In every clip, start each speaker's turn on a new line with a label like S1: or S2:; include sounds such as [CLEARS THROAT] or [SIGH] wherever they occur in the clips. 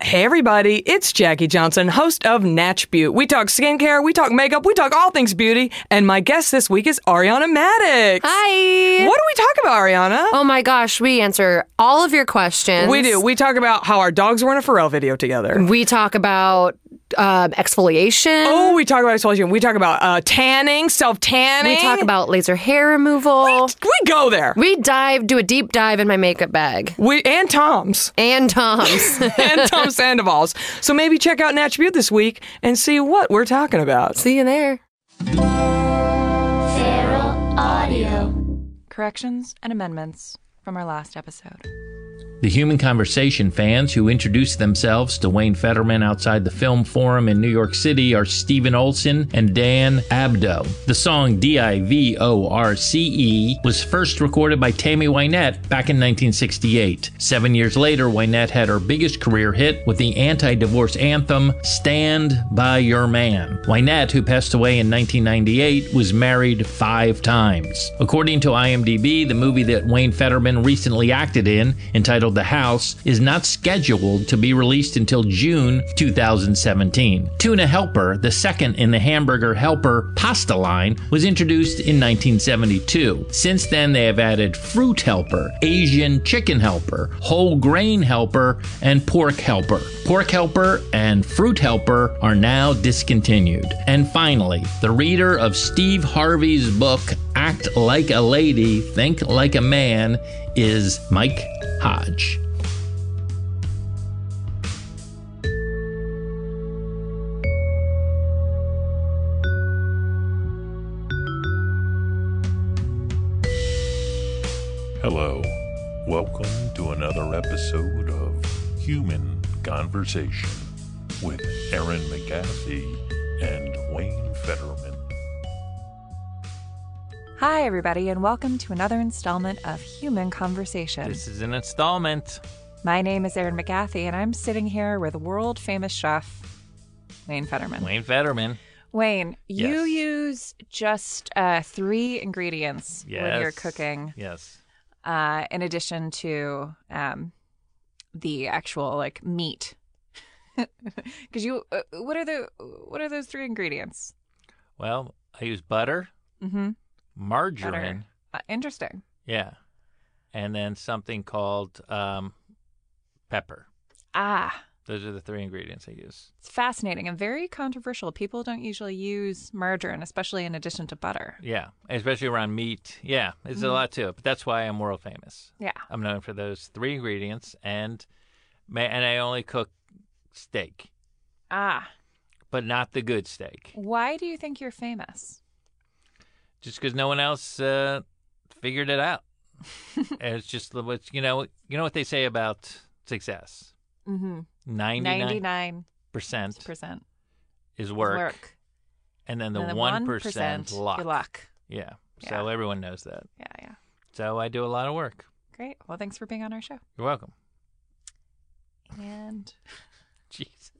S1: Hey everybody, it's Jackie Johnson, host of Natch Butte. We talk skincare, we talk makeup, we talk all things beauty, and my guest this week is Ariana Maddox.
S2: Hi.
S1: What do we talk about, Ariana?
S2: Oh my gosh, we answer all of your questions.
S1: We do. We talk about how our dogs were in a Pharrell video together.
S2: We talk about um, exfoliation.
S1: Oh, we talk about exfoliation. We talk about uh, tanning, self tanning.
S2: We talk about laser hair removal.
S1: We go there.
S2: We dive, do a deep dive in my makeup bag
S1: We and
S2: [LAUGHS]
S1: Tom's
S2: and Tom's.
S1: and Tom Sandoval's. So maybe check out Natch Butte this week and see what we're talking about.
S2: See you there.
S3: Feral Audio.
S4: corrections and amendments from our last episode.
S5: The Human Conversation fans who introduced themselves to Wayne Fetterman outside the Film Forum in New York City are Stephen Olson and Dan Abdo. The song D I V O R C E was first recorded by Tammy Wynette back in 1968. Seven years later, Wynette had her biggest career hit with the anti divorce anthem Stand By Your Man. Wynette, who passed away in 1998, was married five times. According to IMDb, the movie that Wayne Fetterman recently acted in, entitled The House, is not scheduled to be released until June 2017. Tuna Helper, the second in the hamburger helper pasta line, was introduced in 1972. Since then, they have added fruit helper, Asian chicken helper, whole grain helper, and pork helper. Pork helper and fruit helper are now discontinued. And finally, the reader of Steve Harvey's book, Act Like a Lady, Think Like a Man, is Mike Hodge.
S6: Hello. Welcome to another episode of Human Conversation with Aaron McGathy and Wayne Fetterman.
S4: Hi, everybody, and welcome to another installment of Human Conversation.
S5: is an installment.
S4: My name is Erin McGathy, and I'm sitting here with world famous chef Wayne Fetterman.
S5: Wayne Fetterman.
S4: Wayne, you
S5: Yes.
S4: use just uh, three ingredients when you're cooking,
S5: Yes.
S4: uh, in addition to um, the actual like meat. [LAUGHS] Because you, uh, what are the what are those three ingredients?
S5: Well, I use butter,
S4: Mm-hmm.
S5: margarine.
S4: Uh, interesting.
S5: Yeah. And then something called um, pepper.
S4: Ah,
S5: Those are the three ingredients I use.
S4: It's fascinating and very controversial. People don't usually use margarine, especially in addition to butter.
S5: Yeah. Especially around meat. Yeah. There's
S4: Mm.
S5: a lot to it. But that's why I'm world famous.
S4: Yeah.
S5: I'm known for those three ingredients and ma- and I only cook steak,
S4: Ah,
S5: but not the good steak.
S4: why do you think you're famous?
S5: Just because no one else uh, figured it out. and it's just the what's you know you know what they say about success.
S4: Mm-hmm.
S5: Ninety nine
S4: Ninety-nine
S5: percent
S4: percent
S5: is work, and then the one percent
S4: Your luck.
S5: Yeah. So everyone knows that.
S4: Yeah, yeah.
S5: So I do a lot of work.
S4: Great. Well, thanks for being on our show.
S5: You're welcome. [LAUGHS]
S4: And
S5: Jesus.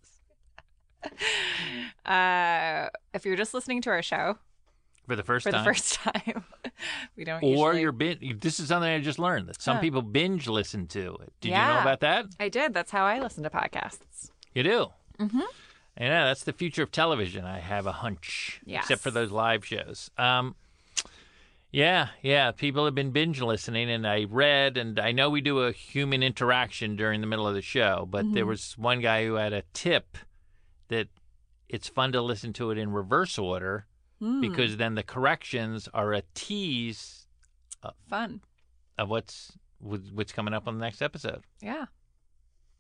S4: uh, if you're just listening to our show
S5: For the first
S4: for
S5: time.
S4: the first [LAUGHS] time, we don't.
S5: or
S4: usually...
S5: you're bin- this is something I just learned that some
S4: Huh.
S5: people binge listen to it. Did you know
S4: Yeah.
S5: about that?
S4: I did. That's how I listen to podcasts.
S5: You do.
S4: Mhm.
S5: And yeah, that's the future of television. I have a hunch.
S4: Yes.
S5: Except for those live shows. Um yeah, yeah. People have been binge listening, and I read, and I know we do a human interaction during the middle of the show, but there was one guy who had a tip that it's fun to listen to it in reverse order
S4: Hmm.
S5: because then the corrections are a tease
S4: Fun.
S5: of what's what's coming up on the next episode.
S4: Yeah.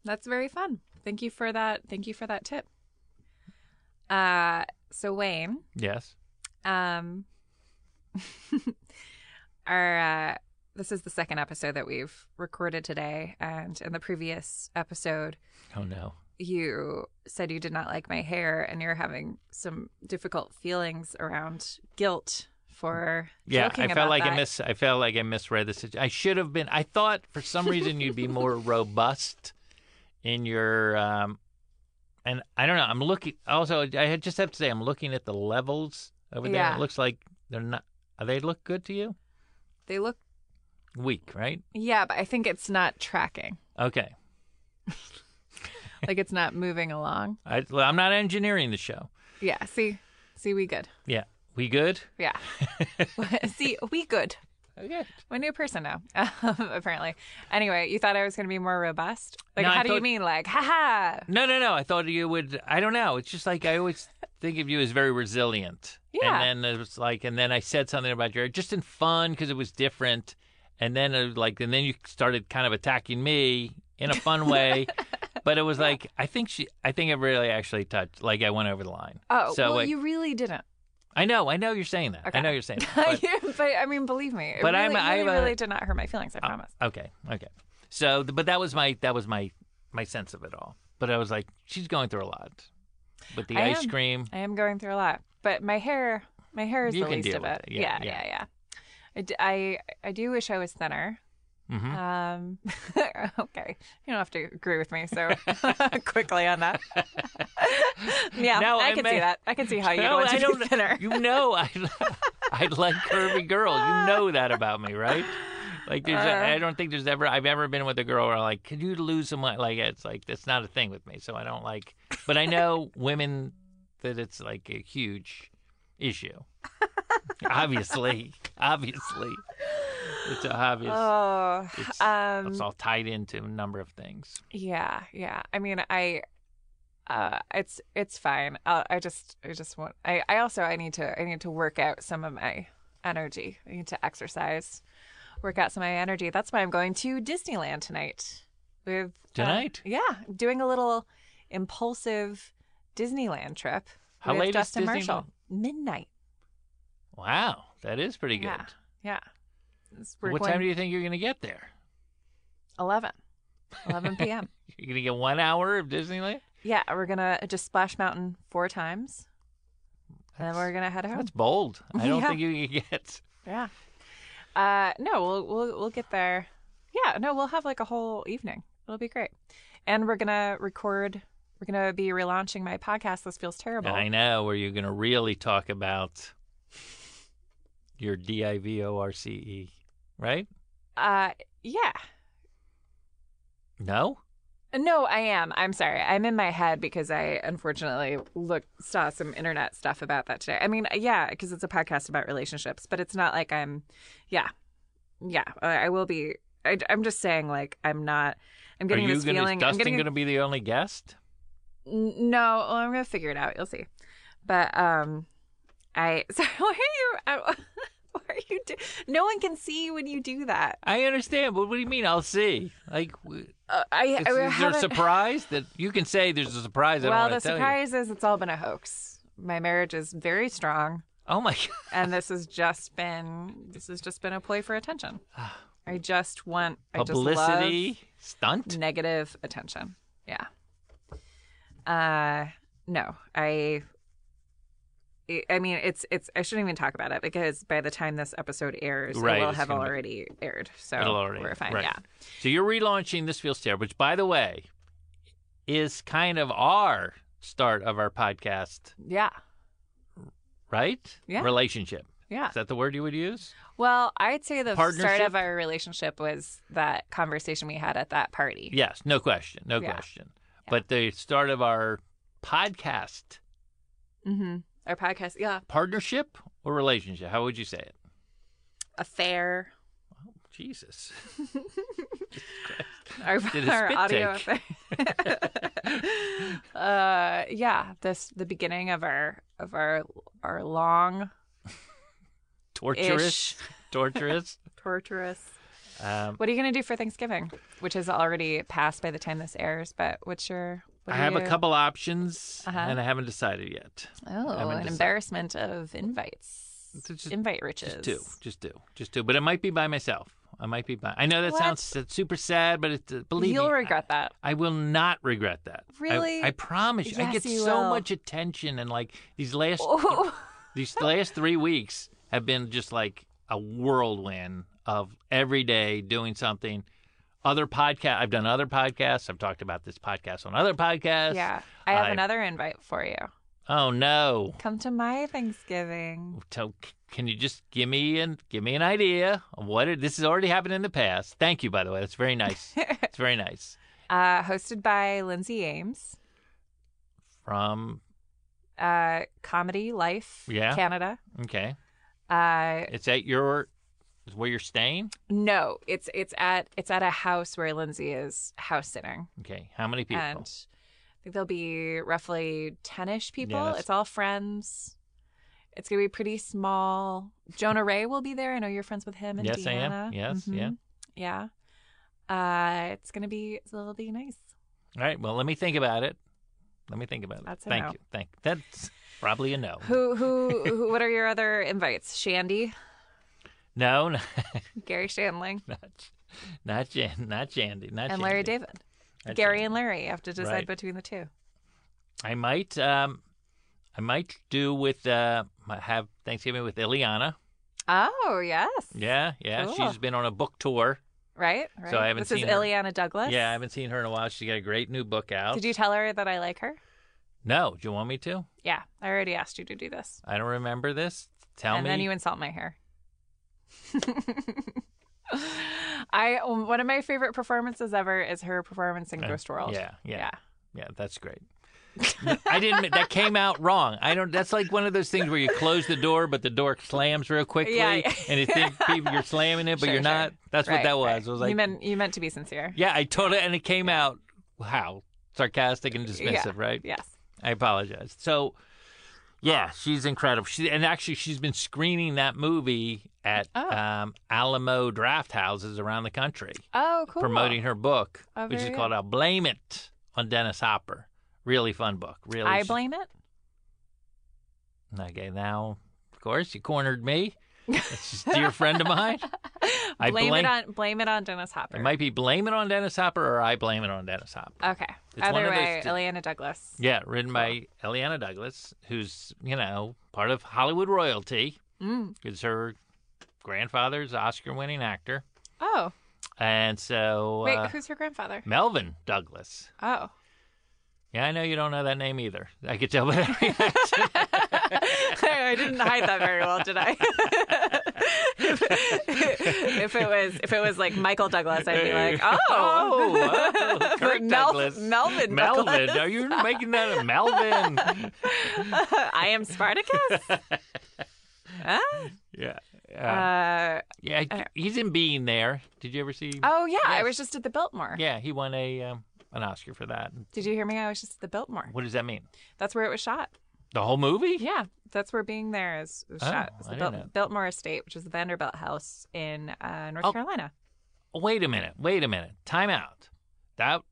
S4: That's very fun. Thank you for that. Thank you for that tip. Uh so Wayne,
S5: Yes.
S4: um [LAUGHS] our uh this is the second episode that we've recorded today and in the previous episode
S5: Oh no.
S4: you said you did not like my hair and you're having some difficult feelings around guilt for
S5: Yeah,
S4: joking
S5: I felt
S4: about
S5: like I
S4: that.
S5: mis I felt like I misread the situation. I should have been. I thought for some reason you'd be
S4: [LAUGHS]
S5: more robust in your. Um, and I don't know. I'm looking. Also, I had- just have to say, I'm looking at the levels over there.
S4: Yeah.
S5: It looks like they're not. Are they look good to you?
S4: they look
S5: Weak, right?
S4: yeah, but I think it's not tracking.
S5: Okay.
S4: like it's not moving along.
S5: I, well, I'm not engineering the show.
S4: Yeah. See, see, we good.
S5: Yeah. We good?
S4: Yeah. [LAUGHS] see, we good.
S5: Okay.
S4: I'm a new person now, [LAUGHS] um, apparently. Anyway, you thought I was going to be more robust? Like,
S5: No, I
S4: how do you
S5: thought-
S4: mean? Like, haha.
S5: No, no, no. I thought you would. I don't know. It's just like I always think of you as very resilient.
S4: Yeah.
S5: And then it was like, and then I said something about Jared just in fun because it was different. And then it was like, and then you started kind of attacking me in a fun
S4: [LAUGHS]
S5: way. but it was like, I think she, I think I really actually touched, like I went over the line.
S4: Oh,
S5: so
S4: well,
S5: it-
S4: you really didn't. [LAUGHS]
S5: I know, I know you're saying that. I
S4: Okay.
S5: know you're
S4: [LAUGHS]
S5: saying that.
S4: But,
S5: but-
S4: I mean, believe me. It
S5: but
S4: really,
S5: I'm-
S4: really,
S5: I'm a-
S4: really did not hurt my feelings. I promise.
S5: Okay. Okay. So, th- but that was my that was my my sense of it all. But I was like, she's going through a lot with the
S4: I
S5: ice
S4: am.
S5: cream.
S4: I am going through a lot, but my hair, my hair is
S5: You
S4: the
S5: can
S4: least
S5: deal
S4: of
S5: with
S4: it.
S5: it. Yeah,
S4: yeah,
S5: yeah.
S4: yeah. yeah. I d- I, I do wish I was thinner.
S5: Mhm.
S4: Um, [LAUGHS] okay, you don't have to agree with me so [LAUGHS] quickly on
S5: [LAUGHS]
S4: that. yeah,
S5: No,
S4: I,
S5: I
S4: can
S5: meant-
S4: see that. I can see
S5: [LAUGHS]
S4: how you
S5: No,
S4: want to
S5: I don't.
S4: be thinner.
S5: [LAUGHS] You
S4: [LAUGHS]
S5: know, I I like curvy girls. You know that about me, right? Like, there's,
S4: Uh-huh.
S5: I I don't think there's ever I've ever been with a girl where I'm like, could you lose some weight? Like, it's like that's not a thing with me. So I don't like. But I
S4: [LAUGHS]
S5: know women that it's like a huge issue. obviously, obviously, it's obvious.
S4: Oh,
S5: it's,
S4: um,
S5: it's all tied into a number of things.
S4: Yeah, yeah. I mean, I, uh, it's it's fine. i I just I just want. I I also I need to I need to work out some of my energy. I need to exercise, work out some of my energy. That's why I'm going to Disneyland tonight. With uh,
S5: Tonight?
S4: yeah, doing a little impulsive Disneyland trip
S5: How
S4: with
S5: late is
S4: Justin
S5: Disneyland?
S4: Marshall. Midnight.
S5: Wow, that is pretty good.
S4: Yeah, yeah. It's- We're
S5: What
S4: going
S5: time do you think you're going to get there?
S4: eleven. 11 p.m.
S5: You're gonna get one hour of Disneyland.
S4: yeah, we're gonna just splash mountain four times, and then we're gonna head home.
S5: That's bold. I don't
S4: Oh. Yeah.
S5: think you can get.
S4: Yeah. Uh, no, we'll we'll we'll get there. Yeah, no, we'll have like a whole evening. It'll be great. And we're gonna record. We're gonna be relaunching my podcast. This feels terrible.
S5: I know where you're gonna really talk about your D I V O R C E, right?
S4: Uh, yeah.
S5: No,
S4: No, I am. I'm sorry. I'm in my head because I unfortunately look saw some internet stuff about that today. I mean, yeah, because it's a podcast about relationships, but it's not like I'm. Yeah, yeah. I I will be. I, am just saying, like, I'm not. I'm
S5: are
S4: getting
S5: you
S4: this
S5: gonna?
S4: feeling.
S5: Is Dustin
S4: I'm getting
S5: gonna be the only guest?
S4: N- No, well, I'm gonna figure it out. You'll see. But um, I [LAUGHS] sorry. Why are you? [LAUGHS] I, why are you? Do, no one can see when you do that.
S5: I understand, but what do you mean? I'll see. Like, w-
S4: Uh, I,
S5: is,
S4: I
S5: is there a
S4: haven't- [LAUGHS]
S5: surprise that you can say? There's a surprise. I
S4: Well,
S5: don't
S4: the
S5: want to tell
S4: surprise is it's all been a hoax. My marriage is very strong,
S5: you. Oh
S4: [LAUGHS]
S5: my god.
S4: and this has just been this has just been a ploy for
S5: [SIGHS]
S4: attention. I just want I just love
S5: Publicity stunt.
S4: negative attention. Yeah. Uh no, I I- I mean it's it's I shouldn't even talk about it because by the time this episode airs
S5: Right,
S4: it will
S5: it's
S4: have
S5: gonna be-
S4: already aired. So
S5: It'll already-
S4: we're fine.
S5: right.
S4: Yeah.
S5: So you're relaunching This Feels Terrible, which, by the way, is kind of our start of our podcast,
S4: Yeah.
S5: right?
S4: Yeah.
S5: Relationship.
S4: Yeah.
S5: Is that the word you would use?
S4: Well, I'd say the start
S5: Partnership?
S4: of our relationship was that conversation we had at that party.
S5: Yes. No question. No
S4: Yeah.
S5: question. But the start of our podcast
S4: Mm-hmm. Our podcast, yeah.
S5: partnership or relationship? How would you say it?
S4: Affair.
S5: Jesus. [LAUGHS]
S4: Our,
S5: Did
S4: [LAUGHS]
S5: a
S4: our
S5: spit
S4: audio
S5: take.
S4: affair. [LAUGHS] uh yeah, this the beginning of our of our our long
S5: Torturous.
S4: Ish. [LAUGHS]
S5: Torturous.
S4: torturous.
S5: Um,
S4: What are you going to do for Thanksgiving, which is already passed by the time this airs, but what's your what
S5: I
S4: are
S5: have a
S4: you-
S5: couple options
S4: Uh-huh.
S5: and I haven't decided yet.
S4: Oh,
S5: I haven't
S4: an
S5: decided.
S4: embarrassment of invites.
S5: It's just-
S4: invite riches.
S5: Just two, just two, just two. But it might be by myself. I might be by. I know that
S4: What?
S5: sounds s- super sad, but it's uh, believe
S4: You'll
S5: me,
S4: regret that.
S5: I, I will not regret that. I-
S4: Really?
S5: I, promise you. I
S4: Yes,
S5: get
S4: you
S5: so
S4: will.
S5: much attention, and like these last
S4: Oh.
S5: these last three weeks have been just like a whirlwind of every day doing something. Other podcast. I've done other podcasts. I've talked about this podcast on other podcasts.
S4: Yeah, I have
S5: I-
S4: another invite for you.
S5: Oh no.
S4: Come to my Thanksgiving.
S5: So c- can you just give me an give me an
S4: [LAUGHS]
S5: idea of what it, this has already happened in the past? Thank you, by the way. That's very nice. it's very nice.
S4: uh, hosted by Lindsay Ames,
S5: From
S4: uh, Comedy Life
S5: Yeah.
S4: Canada.
S5: okay,
S4: Uh,
S5: it's at your is where you're staying.
S4: no, it's it's at it's at a house where Lindsay is house sitting,
S5: Okay, how many people?
S4: and I think there'll be roughly ten-ish people.
S5: that's-
S4: It's all friends. It's gonna be pretty small. Jonah Ray will be there. I know you're friends with him and
S5: Yes, I am.
S4: Deanna. Mm-hmm.
S5: Yes, yeah.
S4: yeah, yeah. Uh, it's gonna be it'll be nice.
S5: All right. Well, let me think about it. Let me think about it.
S4: That's a
S5: Thank
S4: no.
S5: you. Thank. That's probably a no.
S4: [LAUGHS] Who, who, who, what are your other invites? Shandy,
S5: No, [LAUGHS] not
S4: Gary Shandling,
S5: not Jan, not Jandy, not
S4: and Larry
S5: Jandy.
S4: David.
S5: Not
S4: Gary
S5: Jandy.
S4: and Larry you have to decide
S5: Right.
S4: between the two.
S5: I might, um, I might do with uh, my- have Thanksgiving with Ileana.
S4: Oh, yes.
S5: Yeah, yeah.
S4: Cool.
S5: She's been on a book tour.
S4: Right? right.
S5: I
S4: This
S5: haven't seen
S4: is
S5: her.
S4: Ileana Douglas.
S5: Yeah, I haven't seen her in a while. She got a great new book out.
S4: Did you tell her that I like her?
S5: No, do you want me to?
S4: Yeah. I already asked you to do this.
S5: I don't remember this. Tell
S4: and
S5: me.
S4: then you insult my hair. [LAUGHS] I one of my favorite performances ever is her performance in
S5: Uh,
S4: Ghost World.
S5: yeah, yeah.
S4: yeah.
S5: Yeah,
S4: [LAUGHS]
S5: that's great. I didn't. That came out wrong. I don't. That's like one of those things where you close the door, but the door slams real quickly,
S4: Yeah, yeah.
S5: and
S4: [LAUGHS]
S5: you think people, you're slamming it, but
S4: Sure,
S5: you're
S4: sure.
S5: not. That's what
S4: Right,
S5: that was.
S4: right.
S5: It was like,
S4: you meant you meant to be sincere.
S5: yeah, I told it, and it came out how sarcastic and dismissive,
S4: Yeah.
S5: right?
S4: Yes.
S5: I apologize. So, yeah, she's incredible. She and actually she's been screening that movie at
S4: Oh.
S5: um, Alamo draft houses around the country,
S4: Oh, cool.
S5: promoting her book,
S4: Oh,
S5: which
S4: very
S5: is
S4: good.
S5: called "I'll Blame It" on Dennis Hopper. Really fun book. Really,
S4: I
S5: she's-
S4: blame it.
S5: Okay, now of course you cornered me.
S4: [LAUGHS]
S5: It's a dear friend of mine. I
S4: blame
S5: blame-
S4: it on blame it on Dennis Hopper.
S5: It might be blame it on Dennis Hopper, or I blame it on Dennis Hopper.
S4: Okay.
S5: It's one
S4: Either
S5: of those
S4: way,
S5: two.
S4: Eliana Douglas.
S5: Yeah, written by Eliana Douglas, who's, you know, part of Hollywood royalty.
S4: Mm.
S5: It's her grandfather's Oscar winning actor.
S4: Oh,
S5: And so
S4: wait,
S5: uh,
S4: who's her grandfather?
S5: Melvin Douglas.
S4: Oh, [LAUGHS]
S5: Yeah, I know you don't know that name either. I
S4: [LAUGHS]
S5: could tell by that reaction.
S4: I didn't hide that very well, did I? [LAUGHS] if, if it was if it was like Michael Douglas, I'd be like, oh,
S5: [LAUGHS]
S4: [LAUGHS]
S5: oh, oh, Kirk
S4: But Mel-
S5: Douglas.
S4: Melvin
S5: Melvin.
S4: Douglas.
S5: Are you making that a Melvin?
S4: [LAUGHS] I am
S5: [LAUGHS]
S4: Spartacus. Huh?
S5: yeah.
S4: Uh,
S5: Yeah.
S4: [LAUGHS]
S5: yeah, he's in Being There. Did you ever see?
S4: oh yeah, I
S5: Yes.
S4: was just at the Biltmore.
S5: Yeah, he won a um, an Oscar for that.
S4: Did you hear me? I was just at the Biltmore.
S5: What does that mean?
S4: That's where it was shot.
S5: The whole movie?
S4: Yeah, that's where being there is was
S5: Oh,
S4: shot. It's the
S5: I didn't
S4: Bilt-
S5: know.
S4: Biltmore Estate, which is the Vanderbilt House in uh, North
S5: Oh.
S4: Carolina.
S5: Wait a minute. Wait a minute. Time out. That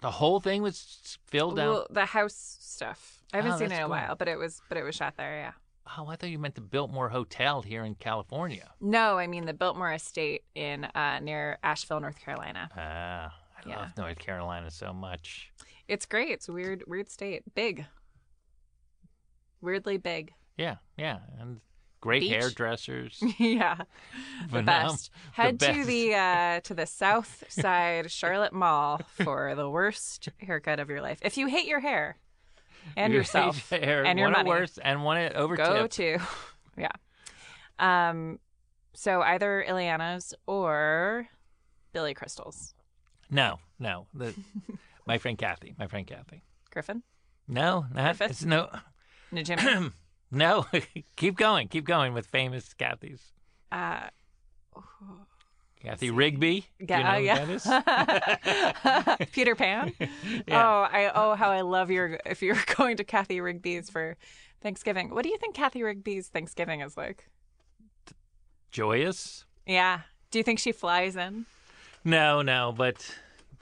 S5: the whole thing was filled down.
S4: Well, the house stuff. I haven't
S5: Oh,
S4: seen it
S5: that's
S4: in a
S5: cool.
S4: while, but it was but it was shot there. Yeah.
S5: oh, I thought you meant the Biltmore Hotel here in California.
S4: No, I mean the Biltmore Estate in uh, near Asheville, North Carolina.
S5: Ah, I
S4: Yeah.
S5: love North Carolina so much.
S4: It's great. It's a weird, weird state. Big. Weirdly big. [LAUGHS]
S5: Yeah, yeah, and great
S4: Beach?
S5: hairdressers.
S4: yeah. [LAUGHS] The
S5: Phenom-
S4: best.
S5: um, the
S4: Head to
S5: best.
S4: the uh, to the south
S5: [LAUGHS]
S4: side Charlotte Mall for the worst haircut of your life. If you hate your hair and
S5: Your
S4: yourself
S5: hair,
S4: and your
S5: one at
S4: money.
S5: worst and one at over
S4: go
S5: tipped.
S4: to [LAUGHS] yeah um so either Ileana's or Billy Crystal's
S5: No, no. The, [LAUGHS] my friend Kathy. My friend Kathy.
S4: Griffin
S5: No, not
S4: Griffith?
S5: it's no, [CLEARS THROAT]
S4: Najimi
S5: no. [LAUGHS] keep going, keep going with famous Kathy's.
S4: uh
S5: Kathy Rigby. Do you know
S4: yeah,
S5: who that is?
S4: uh, [LAUGHS] yeah. [LAUGHS] Peter Pan
S5: [LAUGHS] Yeah.
S4: oh I oh how I love your if you're [LAUGHS] going to Kathy Rigby's for Thanksgiving what do you think Kathy Rigby's Thanksgiving is like
S5: Joyous?
S4: yeah do you think she flies in
S5: No, no, but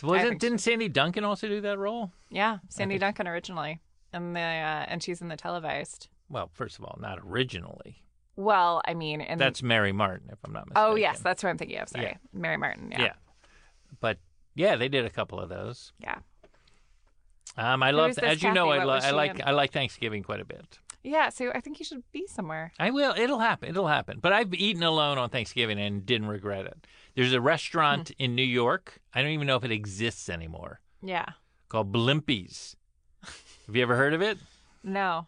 S5: wasn't
S4: think-
S5: didn't Sandy Duncan also do that role?
S4: yeah Sandy Duncan originally and the uh, and she's in the televised
S5: Well, first of all, not originally.
S4: well I mean and
S5: That's Mary Martin, if I'm not mistaken.
S4: Mm. Oh yes, that's what I'm thinking of. Sorry,
S5: Yeah.
S4: Mary Martin.
S5: yeah.
S4: Yeah,
S5: But yeah, they did a couple of those.
S4: yeah,
S5: Um, I
S4: Who
S5: love,
S4: is
S5: as
S4: this
S5: you know,
S4: Kathy?
S5: I,
S4: What
S5: lo-
S4: was
S5: I
S4: she
S5: like,
S4: in?
S5: I like Thanksgiving quite a bit.
S4: yeah. So I think you should be somewhere.
S5: I will. It'll happen. It'll happen. But I've eaten alone on Thanksgiving and didn't regret it. There's a restaurant
S4: Mm-hmm.
S5: in New York. I don't even know if it exists anymore.
S4: Yeah.
S5: Called Blimpies.
S4: [LAUGHS]
S5: Have you ever heard of it?
S4: No.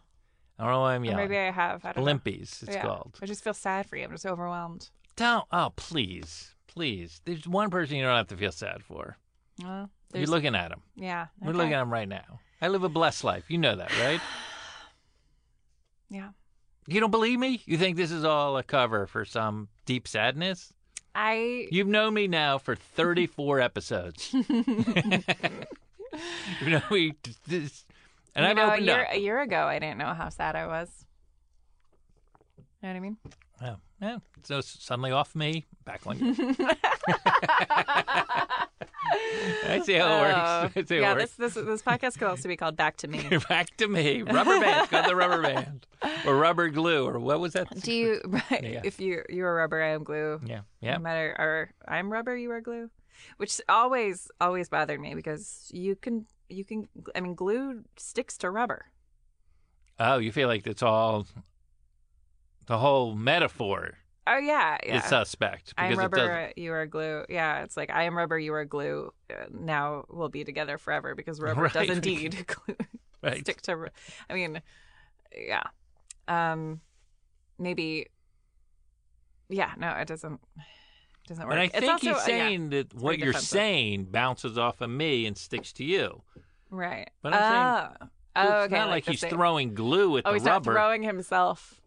S5: I don't know why I'm
S4: Or
S5: yelling.
S4: Maybe I have. I don't know.
S5: Blimpies, it's
S4: Yeah.
S5: called.
S4: I just feel sad for you. I'm just overwhelmed.
S5: Don't. Oh, please, please. There's one person you don't have to feel sad for.
S4: Well,
S5: You're
S4: there's-
S5: looking at him.
S4: yeah.
S5: We're
S4: okay.
S5: looking at him right now. I live a blessed life. You know that, right?
S4: Yeah.
S5: You don't believe me? You think this is all a cover for some deep sadness?
S4: I.
S5: You've known me now for 34
S4: [LAUGHS]
S5: episodes. [LAUGHS] you know me, this, and
S4: you
S5: I've
S4: know, a
S5: opened
S4: year,
S5: up.
S4: a year ago, I didn't know how sad I was. You know what I mean?
S5: Oh, yeah. So suddenly off me, back on you. [LAUGHS] I see how it works. [LAUGHS] I see how
S4: yeah,
S5: it works.
S4: this this this podcast could also be called "Back to Me."
S5: [LAUGHS] Back to me. Rubber band. Got the
S4: [LAUGHS]
S5: rubber band. Or rubber glue. Or what was that?
S4: Do you? [LAUGHS] Right,
S5: Yeah.
S4: If you you are rubber, I am glue.
S5: Yeah. Yeah.
S4: No matter, or I'm rubber, you are glue, which always always bothered me because you can you can I mean glue sticks to rubber.
S5: Oh, you feel like it's all the whole metaphor
S4: Oh yeah, yeah.
S5: is suspect
S4: I'm
S5: uh, because it doesn't.
S4: rubber, you are glue. Yeah, it's like I am rubber, you are glue. Uh, Now we'll be together forever because
S5: [LAUGHS]
S4: rubber
S5: Right.
S4: does indeed [LAUGHS] glue,
S5: [LAUGHS] Right.
S4: stick to. ru- I mean, yeah. Um, maybe. Yeah, no, it doesn't. Doesn't work.
S5: And I
S4: It's
S5: think
S4: also- uh,
S5: he's
S4: yeah,
S5: saying that what
S4: very
S5: you're
S4: defensive.
S5: saying bounces off of me and sticks to you.
S4: right.
S5: But I'm
S4: oh. Oh,
S5: it's
S4: okay.
S5: not like,
S4: the
S5: he's
S4: same-
S5: throwing glue at
S4: Oh,
S5: the
S4: he's
S5: rubber.
S4: not throwing
S5: [LAUGHS]
S4: himself.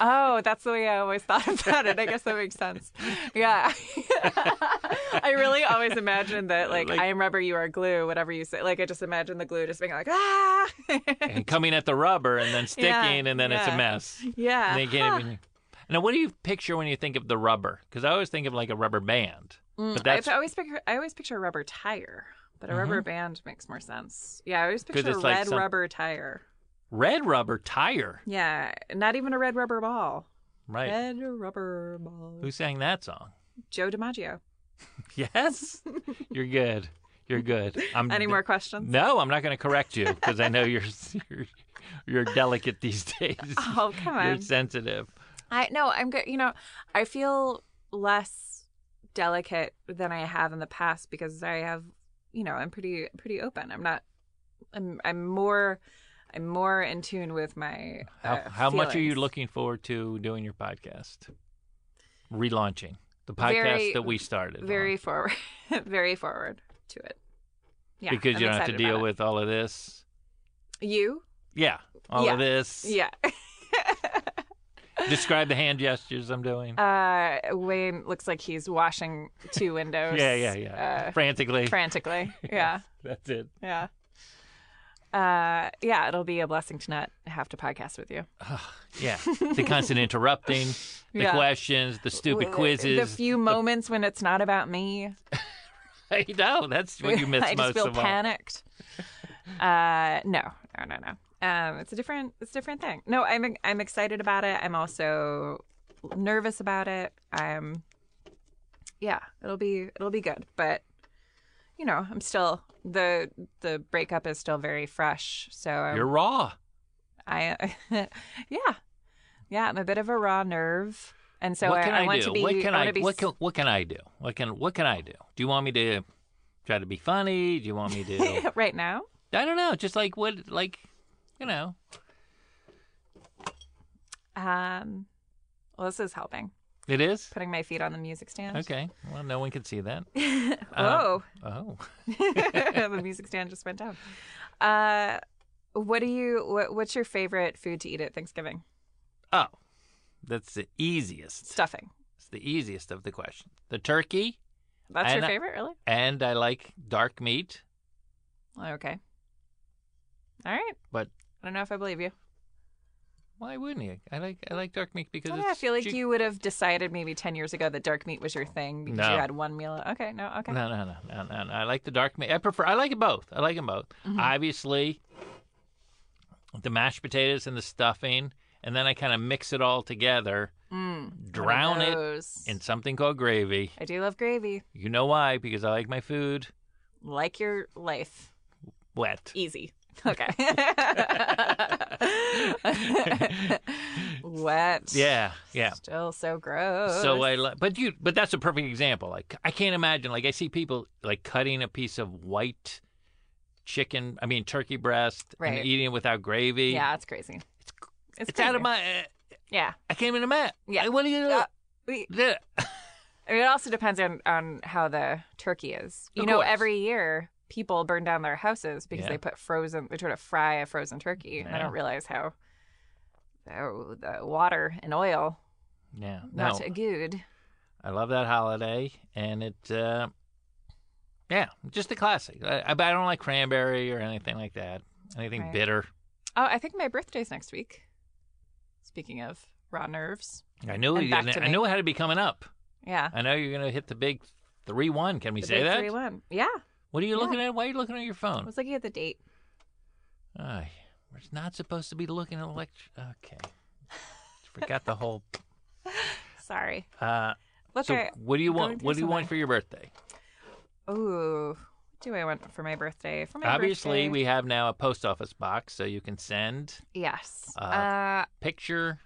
S4: oh, that's the way I always thought about it. I guess that makes sense. Yeah. [LAUGHS] I really always imagined that, like,
S5: Like-
S4: I am rubber, you are glue, whatever you say. Like, I just imagine the glue just being like, ah. [LAUGHS]
S5: and coming at the rubber and then sticking and then it's a
S4: yeah.
S5: mess.
S4: yeah.
S5: And they can't even. Now, what do you picture when you think of the rubber? Because I always think of like a rubber band. But that's
S4: I always picture, I always picture a rubber tire, but a rubber band makes more sense. Yeah, I always
S5: 'Cause
S4: picture a
S5: it's like
S4: red
S5: some-
S4: rubber tire.
S5: red rubber tire,
S4: Yeah, not even a red rubber ball.
S5: right?
S4: Red rubber ball.
S5: Who sang that song? [LAUGHS]
S4: Joe DiMaggio.
S5: Yes, you're good. You're good. I'm [LAUGHS]
S4: Any more questions?
S5: No, I'm not going to correct you because I know you're, [LAUGHS] you're you're delicate these [LAUGHS] days.
S4: Oh, come
S5: You're
S4: on.
S5: sensitive.
S4: I no, I'm good. You know, I feel less delicate than I have in the past because I have, you know, I'm pretty pretty open. I'm not. I'm I'm more. I'm more in tune with my.
S5: How
S4: uh,
S5: how much are you
S4: feelings.
S5: looking forward to doing your podcast? Relaunching the podcast
S4: Very-
S5: that we started. on.
S4: Very forward. [LAUGHS] very forward to it. Yeah,
S5: because
S4: I'm
S5: you don't have to
S4: excited about
S5: deal
S4: it.
S5: with all of this.
S4: you.
S5: Yeah, all
S4: Yeah.
S5: of this.
S4: Yeah.
S5: Describe the hand gestures I'm doing.
S4: Uh, Wayne looks like he's washing
S5: [LAUGHS]
S4: two windows.
S5: yeah, yeah, yeah.
S4: uh,
S5: Frantically.
S4: frantically. Yeah.
S5: That's it.
S4: Yeah. Uh, yeah, it'll be a blessing to not have to podcast with you. [LAUGHS]
S5: Yeah. The constant interrupting, the
S4: Yeah.
S5: questions, the stupid quizzes. [LAUGHS]
S4: The few moments when it's not about me.
S5: I know that's what you miss
S4: [LAUGHS] I just
S5: most
S4: feel
S5: of
S4: panicked. uh, no, no, no, no. Um, it's a different, it's a different thing. No, I'm, I'm excited about it. I'm also nervous about it. I'm, yeah, it'll be, it'll be good. But you know, I'm still the the breakup is still very fresh. So
S5: all.
S4: I'm,
S5: You're raw.
S4: I, [LAUGHS] yeah, yeah, I'm a bit of a raw nerve, and so
S5: what
S4: I,
S5: can
S4: I
S5: I,
S4: want
S5: do?
S4: to be.
S5: what can
S4: I,
S5: I?
S4: wanna be
S5: what can [LAUGHS] What can I do? What can What can I do? Do you want me to try to be funny? Do you want
S4: [LAUGHS]
S5: me to?
S4: [LAUGHS] right now?
S5: I don't know. Just like what, like you know.
S4: Um, well, this is helping.
S5: It is
S4: Putting my feet on the music stand. [LAUGHS]
S5: okay. Well, no one can see that. [LAUGHS]
S4: Whoa, [LAUGHS]
S5: Oh,
S4: the music stand just went down. Uh, what do you? What, what's your favorite food to eat at Thanksgiving?
S5: oh, that's the easiest.
S4: Stuffing.
S5: It's the easiest of the question. The turkey,
S4: That's your
S5: And I-
S4: favorite, really?
S5: and I like dark meat,
S4: Okay. All right.
S5: but.
S4: I don't know if I believe you.
S5: Why wouldn't you? I like I like dark meat because
S4: Ah, I, don't know, I
S5: it's
S4: feel like
S5: cheap-
S4: you would have decided maybe ten years ago that dark meat was your thing because
S5: No.
S4: you had one meal. Okay, no, okay.
S5: No, no, no, no, no, no. I like the dark meat. I prefer. I like it both. I like them both.
S4: Mm-hmm.
S5: Obviously, the mashed potatoes and the stuffing, and then I kind of mix it all together,
S4: Mm.
S5: drown it in something called gravy.
S4: I do love gravy,
S5: You know why? Because I like my food
S4: like your life,
S5: wet. [LAUGHS]
S4: easy. Okay. [LAUGHS] Wet.
S5: Yeah, yeah.
S4: Still so gross.
S5: So I like, but you, but that's a perfect example. Like I can't imagine. Like I see people like cutting a piece of white chicken. I mean turkey breast
S4: Right.
S5: and eating it without gravy.
S4: yeah, it's crazy. It's
S5: it's out of
S4: crazy.
S5: my.
S4: yeah.
S5: I can't even imagine.
S4: Yeah.
S5: Like, what are you?
S4: Uh, We,
S5: Yeah.
S4: I mean, it also depends on, on how the turkey is. You
S5: Of
S4: know,
S5: course.
S4: every year people burn down their houses because
S5: Yeah.
S4: they put frozen, they try to fry a frozen turkey. And I
S5: Yeah.
S4: don't realize how, how the water and oil,
S5: Yeah.
S4: not
S5: No,
S4: good.
S5: I love that holiday, and it, uh, yeah, just a classic. I, I, but I don't like cranberry or anything like that. Anything
S4: Right.
S5: bitter.
S4: Oh, I think my birthday's next week. Speaking of raw nerves.
S5: I knew.
S4: And
S5: you-
S4: back
S5: I,
S4: to
S5: I
S4: me.
S5: knew it had to be coming up.
S4: Yeah.
S5: I know you're going to hit the big three-one. Can we
S4: The
S5: say
S4: big
S5: that?
S4: 3-1. Yeah.
S5: What are you
S4: Yeah.
S5: looking at? Why are you looking at your
S4: I
S5: phone?
S4: was looking at the date.
S5: Ay, we're not supposed to be looking at lecture. Okay, forgot the whole.
S4: Sorry.
S5: Uh,
S4: Let's
S5: so,
S4: try.
S5: what do you
S4: Going
S5: want?
S4: through
S5: What do you want
S4: something.
S5: for your birthday?
S4: Ooh. What do I want for my birthday? For my
S5: Obviously,
S4: birthday-
S5: we have now a post office box, so you can send
S4: Yes.
S5: Uh,
S4: uh
S5: picture.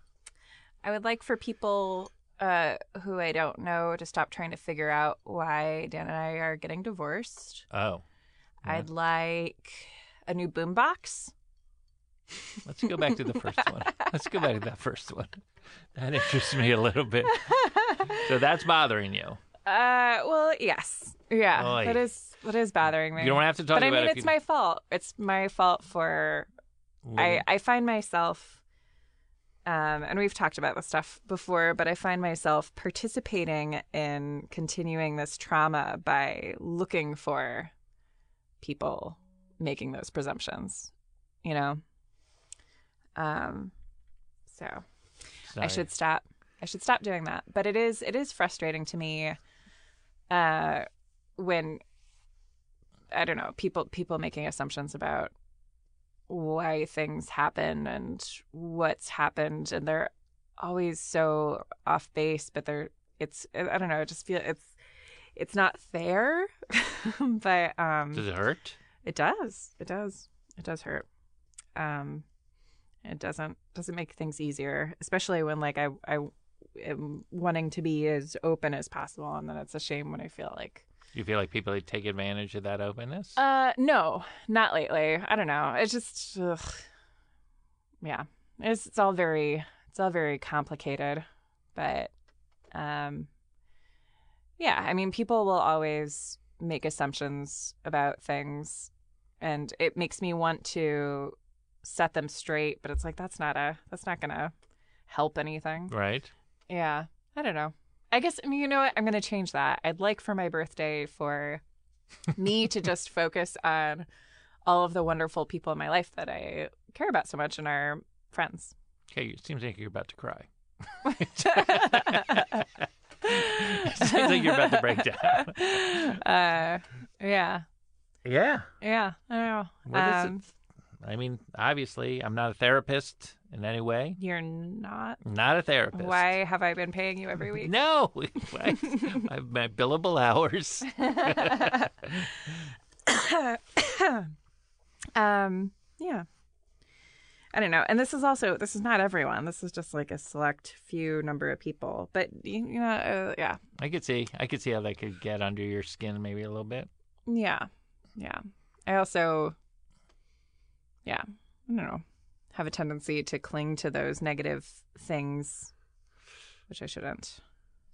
S4: I would like for people uh, who I don't know to stop trying to figure out why Dan and I are getting divorced.
S5: Oh, Yeah.
S4: I'd like a new boombox.
S5: let's go back to the first
S4: [LAUGHS]
S5: one. Let's go back to that first one. That interests me a little bit. So that's bothering you.
S4: Uh, well, yes, yeah,
S5: Oy.
S4: that is that is bothering me.
S5: You don't have to talk
S4: but I
S5: about
S4: mean,
S5: it. if
S4: it's
S5: you-
S4: my fault. It's my fault for I, I find myself um, and we've talked about this stuff before but i find myself participating in continuing this trauma by looking for people making those presumptions you know um so i
S5: Sorry.
S4: should stop i should stop doing that but it is it is frustrating to me uh when I don't know, people people making assumptions about why things happen and what's happened and they're always so off base, but they're it's I don't know, I just feel it's it's not fair. [LAUGHS] but um
S5: Does it hurt?
S4: it does. It does. It does hurt. Um, it doesn't doesn't make things easier, especially when like I I am wanting to be as open as possible, and then it's a shame when I feel like
S5: You feel like people take advantage of that openness?
S4: uh no, not lately. I don't know. It's just ugh. yeah. It's it's all very it's all very complicated, but um yeah, I mean people will always make assumptions about things and it makes me want to set them straight, but it's like that's not a that's not going to help anything.
S5: right.
S4: Yeah. I don't know. I guess I mean, you know what? I'm going to change that. I'd like for my birthday for me
S5: [LAUGHS]
S4: to just focus on all of the wonderful people in my life that I care about so much and are
S5: [LAUGHS]
S4: friends.
S5: Okay, it seems like you're about to
S4: [LAUGHS]
S5: cry. it seems like you're about to break down.
S4: [LAUGHS] uh, yeah.
S5: Yeah.
S4: Yeah. I don't know.
S5: What is it?
S4: Um,
S5: I mean, obviously, I'm not a therapist in any way.
S4: You're not.
S5: Not a therapist.
S4: Why have I been paying you every week?
S5: No. [LAUGHS] I, I have my billable hours.
S4: um yeah i don't know and this is also this is not everyone this is just like a select few number of people but you, you know uh, yeah
S5: I could see. I could see how that could get under your skin maybe a little bit.
S4: yeah yeah i also yeah i don't know have a tendency to cling to those negative things which i shouldn't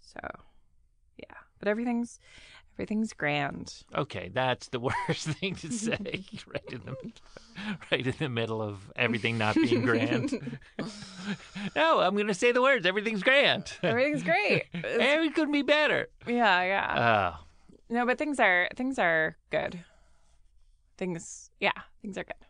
S4: so yeah but everything's everything's grand
S5: Okay, that's the [LAUGHS] worst thing to say.
S4: [LAUGHS]
S5: right in the right in the middle of everything not being
S4: [LAUGHS]
S5: grand. no, I'm going to say the words. Everything's grand.
S4: everything's great It's-
S5: [LAUGHS] Everything could be better.
S4: yeah yeah
S5: Oh,
S4: No, but things are things are good. Things, yeah, things are good.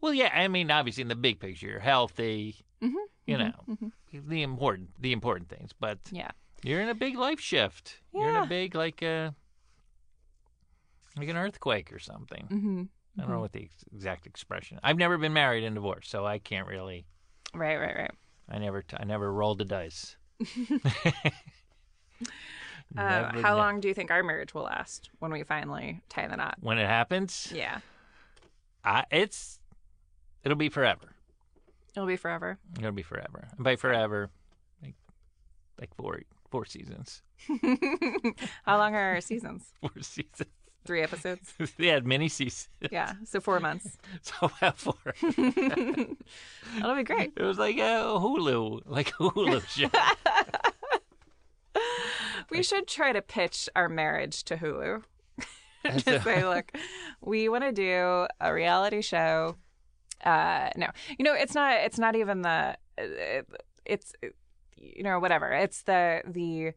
S5: well, yeah. I mean, obviously, in the big picture, you're healthy.
S4: Mhm,
S5: You know, the important the important things. But
S4: Mm-hmm. Yeah.
S5: you're in a big life shift. You're in a
S4: Yeah.
S5: big like uh like an earthquake or something.
S4: Mm-hmm.
S5: I don't know what the ex- exact expression. I've never been married and divorced, so I can't really.
S4: Right, right, right.
S5: I never t- I never rolled the
S4: [LAUGHS]
S5: dice. [LAUGHS]
S4: Um,
S5: Never
S4: Uh, how
S5: kn-
S4: long do you think our marriage will last when we finally tie the knot?
S5: When it happens,
S4: Yeah,
S5: I, it's it'll be forever.
S4: it'll be forever.
S5: It'll be forever. And by forever, like like four four seasons, [LAUGHS]
S4: how long are [LAUGHS] our seasons?
S5: four seasons. [LAUGHS]
S4: Three episodes.
S5: they had many seasons, [LAUGHS]
S4: Yeah, so four months.
S5: so I'll have four.
S4: That'll be great.
S5: uh,
S4: [LAUGHS]
S5: It was like a Hulu, like a Hulu show.
S4: we should try to pitch our marriage to Hulu.
S5: That's
S4: [LAUGHS] Just
S5: a-
S4: say, look, we want to do a reality show. Uh, no, you know, it's not. It's not even the. uh, It's, you know, whatever. It's the the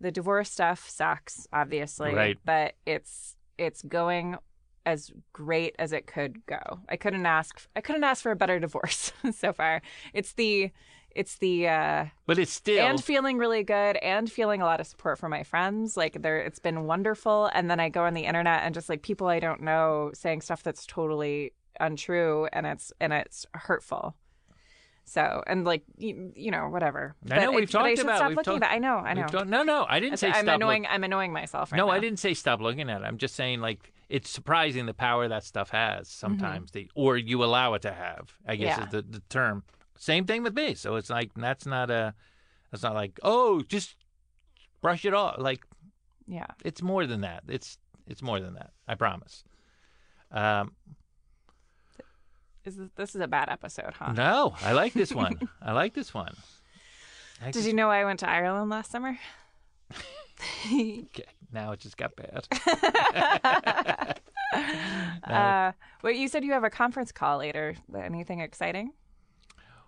S4: the divorce stuff sucks, obviously.
S5: Right.
S4: But it's it's going as great as it could go. I couldn't ask. I couldn't ask for a better divorce [LAUGHS] so far. It's the. It's the. Uh,
S5: But it's still
S4: and feeling really good and feeling a lot of support from my friends like there it's been wonderful and then i go on the internet and just like people i don't know saying stuff that's totally untrue and it's and it's hurtful so and like you, you know whatever
S5: I know
S4: But
S5: we've
S4: but I
S5: talked
S4: should
S5: about-
S4: stop
S5: we've
S4: looking
S5: talked-
S4: at that. i know i
S5: we've
S4: know
S5: talked- no, no, I didn't say
S4: i'm
S5: stop
S4: annoying
S5: look-
S4: i'm annoying myself right
S5: no,
S4: now.
S5: I didn't say stop looking at it. I'm just saying like it's surprising the power that stuff has sometimes, the, or you allow it to have. I guess
S4: Mm-hmm. Yeah.
S5: is the, the term. Same thing with me. So it's like that's not a, that's not like oh just brush it off. Like
S4: yeah
S5: it's more than that. It's it's more than that. I promise. Um,
S4: is this, this is a bad episode huh
S5: no, I like
S4: [LAUGHS]
S5: this one. I like this one. I
S4: did
S5: just-
S4: you know i went to ireland last summer
S5: okay, now it just got bad. [LAUGHS]
S4: uh well you said you have a conference call later anything exciting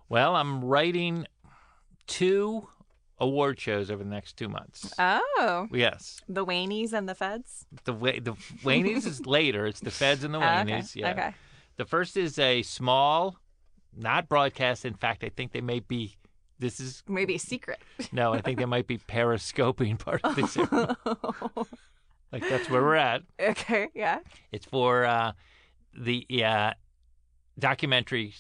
S5: Well, I'm writing two award shows over the next two months.
S4: oh
S5: yes,
S4: The Waynies and the Feds.
S5: the way the Wayneys
S4: [LAUGHS]
S5: is later. It's the Feds and the
S4: Ah, okay.
S5: Wayneys. Yeah.
S4: Okay.
S5: The first is a small, not broadcast. In fact, I think they may be. This is
S4: Maybe a secret. [LAUGHS]
S5: no. I think they might be periscoping part of
S4: [LAUGHS]
S5: this. area. like that's where we're at.
S4: okay. Yeah.
S5: It's for uh, the uh, documentary.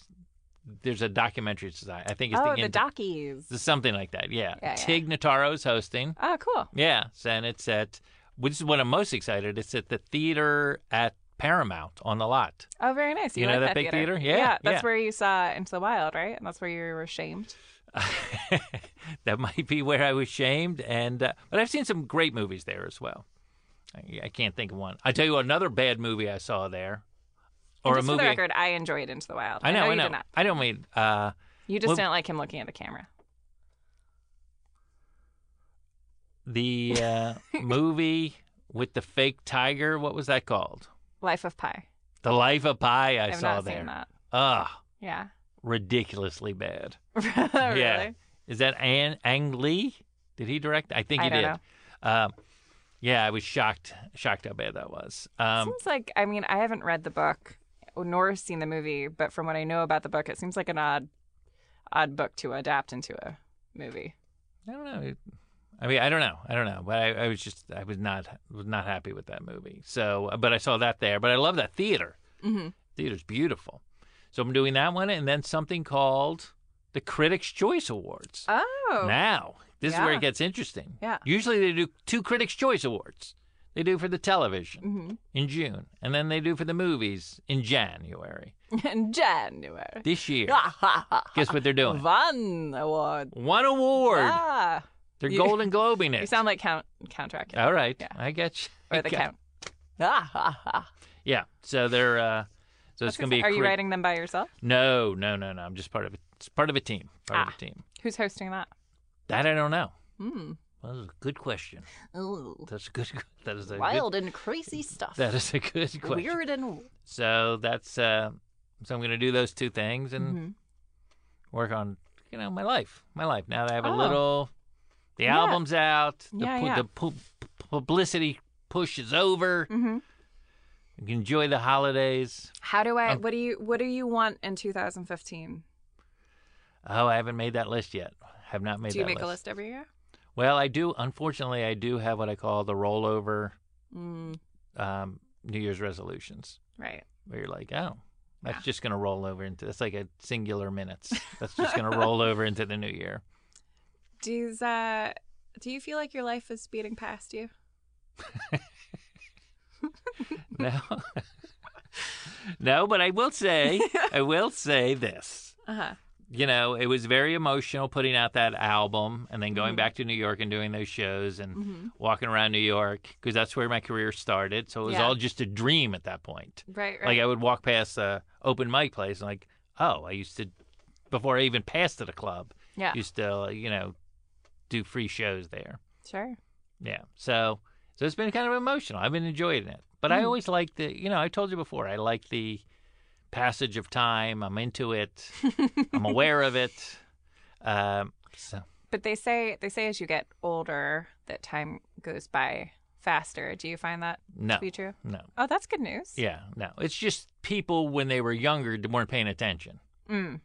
S5: There's a documentary society. I think it's
S4: oh,
S5: the,
S4: the Dockies.
S5: something like that. Yeah.
S4: Yeah, yeah.
S5: Tig Notaro's hosting.
S4: Oh, cool.
S5: Yeah, and it's at which is what I'm most excited. It's at the theater at Paramount on the lot. [LAUGHS]
S4: Oh, very nice.
S5: You know
S4: like
S5: that big theater? Yeah,
S4: That's
S5: yeah.
S4: where you saw Into the Wild, right? And that's where you were shamed.
S5: that might be where I was shamed, and uh, but I've seen some great movies there as well. I, I can't think of one. I tell you what, another bad movie I saw there, or
S4: Just
S5: a movie.
S4: For the record, I enjoyed Into the Wild.
S5: I know, I
S4: you
S5: know.
S4: did not.
S5: I don't mean. Uh,
S4: You just
S5: Well-
S4: didn't like him looking at the camera.
S5: the
S4: [LAUGHS]
S5: uh, movie with the fake tiger. What was that called?
S4: Life of Pi.
S5: The Life of Pi. I
S4: have
S5: saw
S4: not
S5: there.
S4: seen that.
S5: Ah,
S4: Yeah. [LAUGHS]
S5: ridiculously bad.
S4: Oh, really?
S5: [LAUGHS] Yeah. Is that An- Ang Lee? Did he direct? I think
S4: I
S5: he
S4: don't
S5: did. Um, yeah, I was shocked, shocked how bad that was. Um,
S4: seems like I mean I haven't read the book nor seen the movie, but from what I know about the book, it seems like an odd, odd book to adapt into a movie.
S5: I don't know. I mean, I don't know. I don't know. But I, I was just, I was not, was not happy with that movie. So, uh, but I saw that there. But I love that theater.
S4: Mhm.
S5: Theater's beautiful. So I'm doing that one, and then something called the Critics' Choice Awards.
S4: Oh, [LAUGHS]
S5: Now, this is where
S4: Yeah.
S5: it gets interesting.
S4: Yeah.
S5: Usually they do two Critics' Choice Awards. They do for the television
S4: Mm-hmm.
S5: in June, and then they do for the movies in January.
S4: in January. [LAUGHS]
S5: This year, guess what they're doing?
S4: One award.
S5: One award.
S4: Ah, [LAUGHS]
S5: They're
S4: You-
S5: Golden Globing it.
S4: you sound like Count Count Dracula
S5: All right, I get you.
S4: or
S5: [LAUGHS]
S4: the
S5: Okay.
S4: Count. Ah, ha, ha.
S5: Yeah. So they're. Uh, so it's gonna be. a
S4: Are you
S5: crit-
S4: writing them by yourself?
S5: No, no, no, no. I'm just part of it. It's part of a team. Part
S4: Ah.
S5: of a team.
S4: Who's hosting that?
S5: That I don't know.
S4: Hmm.
S5: Well, that's a good question.
S4: Ooh,
S5: That's a good. That is a good-
S7: Wild and crazy stuff.
S5: that is a good question.
S7: Weird and
S5: So that's uh, so I'm going to do those two things and work on you know my life, my life. Now that I have a
S4: Mm-hmm. Oh.
S5: little, the
S4: Yeah.
S5: album's out, the,
S4: Yeah,
S5: pu-
S4: yeah.
S5: the pu- publicity push is over.
S4: Mhm.
S5: You can enjoy the holidays.
S4: How do I?
S5: Um,
S4: what do you? What do you want in 2015?
S5: Oh, I haven't made that list yet. Have not made
S4: Do you
S5: that
S4: make a list every year?
S5: Well, I do. Unfortunately, I do have what I call the rollover
S4: Mm,
S5: um, New Year's resolutions,
S4: right.
S5: where you're like, oh. That's just going to roll over into. That's like a singular minutes. That's just going to roll over into the new year.
S4: Does uh, do you feel like your life is speeding past you?
S5: No. [LAUGHS] no, but I will say, I will say this.
S4: Uh huh.
S5: You know, it was very emotional putting out that album and then going back to New York and doing those shows and walking around New York because that's where my career started. So it was
S4: Yeah.
S5: all just a dream at that point.
S4: Right.
S5: Like uh,
S4: Right.
S5: I would walk past a open mic place and like, oh, I used to before I even passed at a club,
S4: yeah.
S5: used to you know do free shows there.
S4: Sure.
S8: Yeah. So so it's been kind of emotional. I've been enjoying it. But
S4: Hmm.
S8: I always like the you know, I told you before, I like the passage of time. I'm
S4: [LAUGHS]
S8: into it. I'm aware of it. Um so
S4: But they say they say as you get older that time goes by faster. Do you find that
S8: No.
S4: to be true?
S8: no.
S4: Oh, that's good news.
S8: Yeah, no. It's just people when they were younger d- weren't paying attention.
S4: Mm.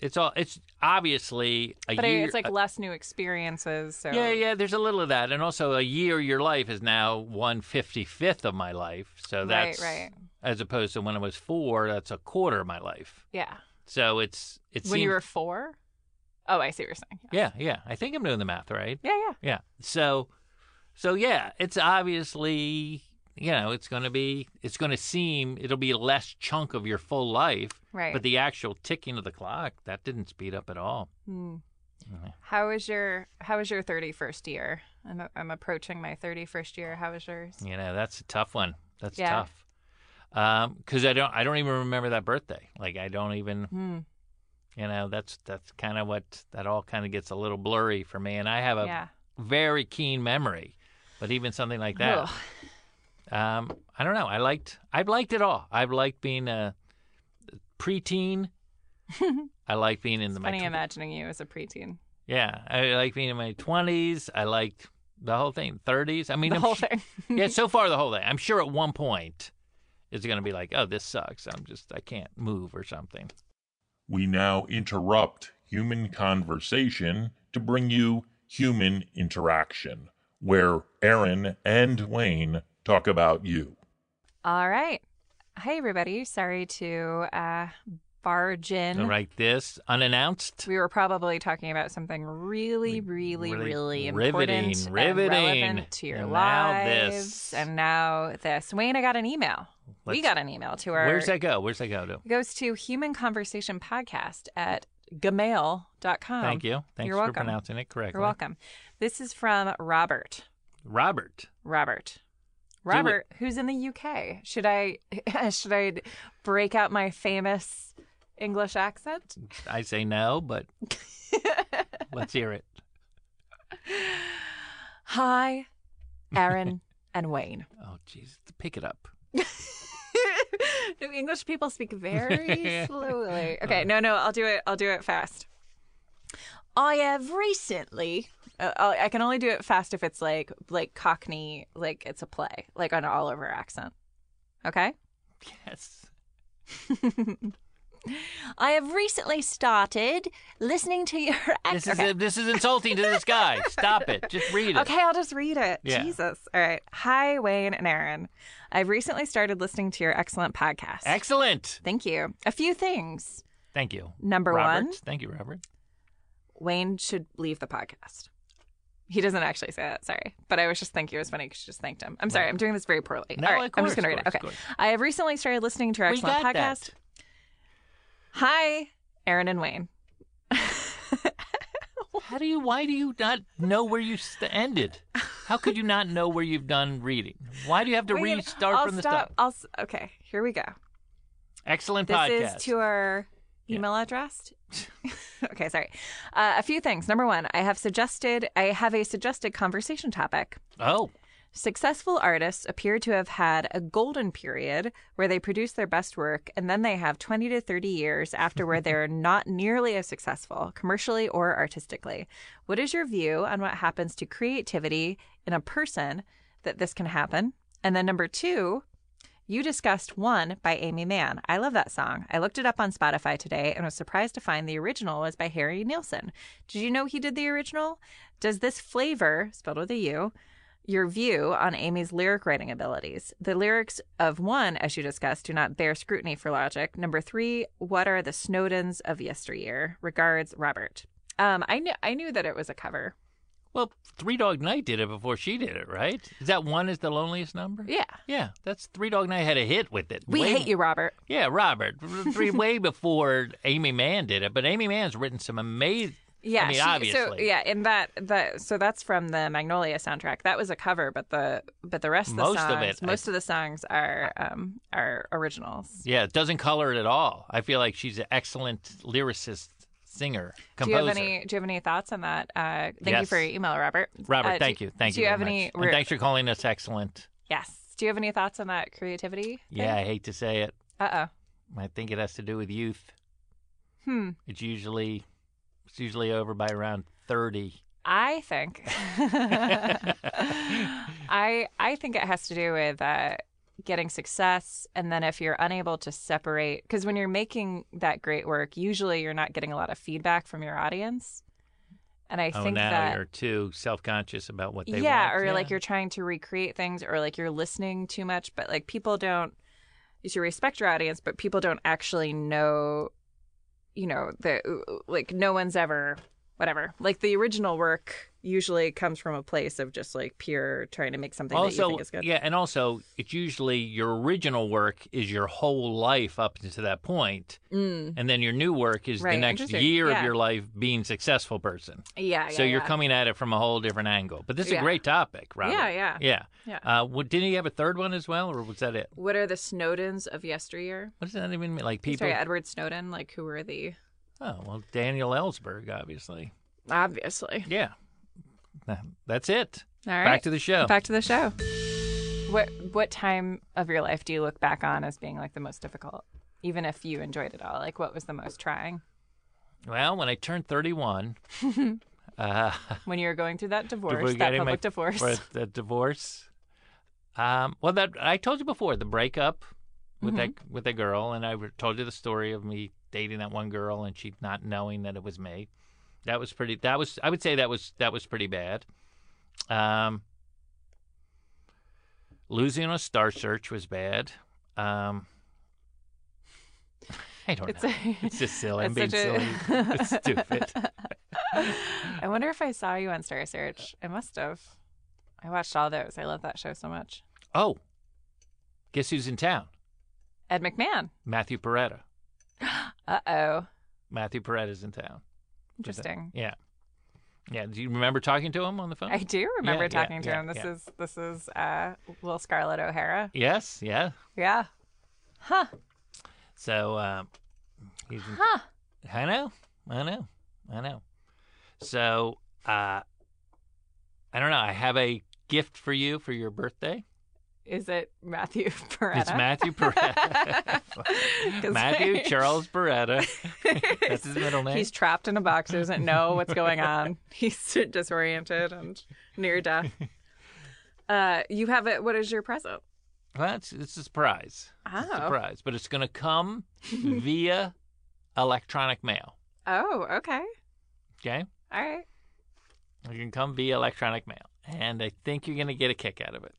S8: It's all it's obviously a
S4: But I-
S8: year
S4: it's
S5: uh,
S4: like
S8: a-
S4: less new experiences. So
S8: yeah, yeah, there's a little of that. And also, a year of your life is now 155th of my life. So
S4: Right,
S8: that's,
S4: right.
S8: as opposed to when I was four, that's a quarter of my life.
S4: Yeah.
S8: So it's, it
S4: when you
S8: seems-
S4: were four? Oh, I see what you're saying.
S8: yeah, yeah. I think I'm doing the math right.
S4: Yeah, yeah.
S8: Yeah. So, so yeah, it's obviously, you know, it's going to be, it's going to seem, it'll be a less chunk of your full life.
S4: Right.
S8: But the actual ticking of the clock, that didn't speed up at all.
S4: Hmm.
S8: Mhm.
S4: How was your How was your thirty first year? I'm I'm approaching my thirty first year. How was yours?
S8: You know, that's a tough one. That's
S4: Yeah.
S8: tough. Um, because I don't, I don't even remember that birthday. Like I don't even,
S4: Hmm.
S8: you know, that's that's kind of what that all kind of gets a little blurry for me. And I have a
S4: Yeah.
S8: very keen memory, but even something like that,
S4: Ugh.
S8: um, I don't know. I liked, I've liked it all. I've liked being a
S4: [LAUGHS]
S8: preteen. I like being in the my
S4: Funny
S8: tw-
S4: imagining you as a
S8: [LAUGHS]
S4: preteen.
S8: yeah. I like being in my twenties. I liked the whole thing. Thirties. I mean,
S4: The
S8: I'm
S4: whole
S8: su-
S4: thing.
S8: yeah, so far the whole thing. I'm sure at one point it's going to be like, oh, this sucks. I'm just, I can't move or something.
S6: We now interrupt human conversation to bring you human interaction, where Aaron and Wayne talk about you.
S4: All right. Hi, everybody. Sorry to uh, barge in.
S8: Like this, unannounced.
S4: Mm-hmm. We were probably talking about something really, really,
S8: Really
S4: really
S8: riveting,
S4: important
S8: riveting.
S4: and relevant to your
S8: And now
S4: lives.
S8: this.
S4: And now this. Wayne, I got an email. we
S8: Let's-
S4: got an email to our.
S8: Where's that go? Where's that go to?
S4: It goes to Human Conversation Podcast at gmail.com.
S8: Thank you. Thanks
S4: You're
S8: for
S4: welcome.
S8: pronouncing it correctly.
S4: You're welcome. This is from Robert.
S8: Robert.
S4: Robert.
S8: it.
S4: Robert, who's in the UK? Should I [LAUGHS] should I break out my famous English accent?
S8: I say
S4: [LAUGHS]
S8: no, but let's hear it.
S4: Hi,
S8: [LAUGHS]
S4: Aaron and Wayne.
S8: Oh, jeez. Pick it up.
S4: [LAUGHS] no, English people speak
S8: [LAUGHS]
S4: very slowly.
S8: Uh-huh.
S4: Okay, no, no, I'll do it. I'll do it fast. I have recently. Uh, I'll- I can only do it fast if it's like like Cockney, like it's a play, like an Oliver accent. Okay.
S8: Yes.
S4: I have recently started listening to your [LAUGHS]
S8: This
S4: accent.
S8: is this is insulting to this guy. Stop it. Just read it.
S4: Okay, I'll just read it.
S8: Yeah.
S4: Jesus. All right. Hi, Wayne and Aaron. I've recently started listening to your excellent podcast.
S8: Excellent.
S4: Thank you. A few things.
S8: Thank you.
S4: Number
S8: Robert.
S4: one,
S8: Thank you, Robert.
S4: Wayne should leave the podcast. He doesn't actually say that, sorry. But I was just thinking it was funny because you just thanked him. I'm sorry, I'm doing this very poorly.
S8: No,
S4: All right,
S8: of
S4: I'm just
S8: course,
S4: going to read it.
S8: of
S4: Okay.
S8: course, of
S4: I have recently started listening to your
S8: We
S4: excellent
S8: got
S4: podcast.
S8: that.
S4: Hi, Aaron and Wayne.
S8: How do you? Why do you not know where you st- ended? How could you not know where you've done reading? Why do you have to
S4: Wayne,
S8: restart
S4: I'll
S8: from the
S4: stop.
S8: start?
S4: I'll s- okay, here we go.
S8: Excellent
S4: This
S8: podcast.
S4: is to our
S8: Yeah.
S4: email address. [LAUGHS] okay, sorry. Uh, a few things. Number one, I have suggested I have a suggested conversation topic.
S8: oh,
S4: Successful artists appear to have had a golden period where they produce their best work, and then they have 20 to 30 years after where they're not nearly as successful, commercially or artistically. What is your view on what happens to creativity in a person that this can happen? And then, number two, you discussed One by Amy Mann. I love that song. I looked it up on Spotify today and was surprised to find the original was by Harry Nilsson. Did you know he did the original? Does this flavor, spelled with a U, your view on Amy's lyric writing abilities. The lyrics of one, as you discussed, do not bear scrutiny for logic. Number three, what are the Snowdens of yesteryear? Regards, Robert. Um, I knew I knew that it was a cover.
S8: well, Three Dog Night did it before she did it, right? Is that one is the loneliest number?
S4: Yeah,
S8: Yeah, that's Three Dog Night had a hit with it.
S4: we
S8: Way-
S4: hate you, Robert.
S8: Yeah, Robert.
S4: [LAUGHS]
S8: Three way before Amy Mann did it, but Amy Mann's written some amazing.
S4: Yeah,
S8: I mean,
S4: she- So
S8: obviously.
S4: yeah, and that that so that's from the Magnolia soundtrack. That was a cover, but the but the rest of the
S8: Most of
S4: songs,
S8: it, I-
S4: most of the songs are um are originals.
S8: Yeah, it doesn't color it at all. I feel like she's an excellent lyricist singer,
S4: Do you have
S8: composer.
S4: any? Do you have any thoughts on that? Uh, thank you
S8: Yes.
S4: for your email, Robert.
S8: Robert,
S4: Uh, do-
S8: thank you, thank
S4: do
S8: you.
S4: you have
S8: very
S4: any
S8: much.
S4: re-
S8: And thanks for calling us excellent.
S4: Yes. Do you have any thoughts on that creativity?
S8: Yeah, I hate to say it.
S4: Uh
S8: I think it has to do with youth.
S4: oh. Hmm.
S8: It's usually it's usually over by around thirty.
S4: I think [LAUGHS] I I think it has to do with uh, getting success, and then if you're unable to separate, because when you're making that great work, usually you're not getting a lot of feedback from your audience, and I
S8: oh,
S4: think
S8: now
S4: that
S8: you're too self conscious about what they
S4: yeah,
S8: want.
S4: or like you're trying to recreate things, or like you're listening too much, but like people don't. You should respect your audience, but people don't actually know. You know the like no one's ever whatever like the original work usually comes from a place of just like pure trying to make something that you
S8: also
S4: think is good.
S8: yeah, and also it's usually your original work is your whole life up to that point,
S1: Mm.
S8: and then your new work is the
S4: Right,
S8: next
S4: interesting.
S8: year of
S4: Yeah.
S8: your life being successful person.
S4: yeah,
S8: so
S4: yeah,
S8: you're
S4: yeah.
S8: coming at it from a whole different angle. But this is a
S4: Yeah.
S8: great topic, Robert.
S4: Yeah, yeah.
S8: yeah.
S4: Yeah.
S8: Uh, what, did he have a third one as well, or was that it?
S4: What are the Snowdens of yesteryear?
S8: What does that even mean? Like people?
S4: Sorry, Edward Snowden. Like who were the
S8: oh well, Daniel Ellsberg, obviously.
S4: obviously?
S8: Yeah, That- that's it.
S4: All right.
S8: Back to the show.
S4: Back to the show. What what time of your life do you look back on as being like the most difficult? Even if you enjoyed it all, like what was the most trying
S8: Well, when I turned 31, uh,
S4: when you were going through that divorce,
S8: we're
S4: that
S8: getting
S4: public
S8: my-
S4: divorce?
S8: for
S4: [LAUGHS]
S8: the divorce. Um, well, that I told you before the breakup with
S4: Mm-hmm.
S8: that with a girl, and I re- told you the story of me dating that one girl and she not knowing that it was me. That was pretty. That was I would say that was that was pretty bad. Um, losing on a star search was bad. Um, [LAUGHS] I don't know. it's just silly. I'm being
S4: it's such
S8: silly.
S4: a- [LAUGHS]
S8: it's stupid.
S4: I wonder if I saw you on Star Search. I must have. I watched all those. I love that show so much.
S8: Oh, guess who's in town?
S4: Ed McMahon.
S8: Matthew Peretta.
S4: Uh oh.
S8: Matthew Peretta's in town. Was that-
S4: Interesting.
S8: Yeah. Yeah. Do you remember talking to him on the phone?
S4: I do remember
S8: Yeah, yeah,
S4: talking to
S8: yeah,
S4: him. This
S8: yeah.
S4: is this is uh, Will Scarlett O'Hara.
S8: Yes. Yeah.
S4: Yeah. Huh.
S8: So um, he's. In-
S4: Huh.
S8: I know. I know. I know. So uh, I don't know. I have a gift for you for your birthday.
S4: Is it Matthew [LAUGHS] Peretta?
S8: It's Matthew Peretta.
S4: [LAUGHS] 'Cause
S8: Matthew
S4: I-
S8: Charles Beretta. That's his middle name.
S4: He's trapped in a box. He doesn't know what's going on. [LAUGHS] He's disoriented and near
S8: [LAUGHS]
S4: death. Uh, you have it. What is your present?
S8: Well, it's, it's a surprise. It's a
S4: Oh.
S8: surprise. But it's going to come via electronic mail.
S4: Oh, okay.
S8: Okay?
S4: All right.
S8: It can come via electronic mail. And I think you're going to get a kick out of it.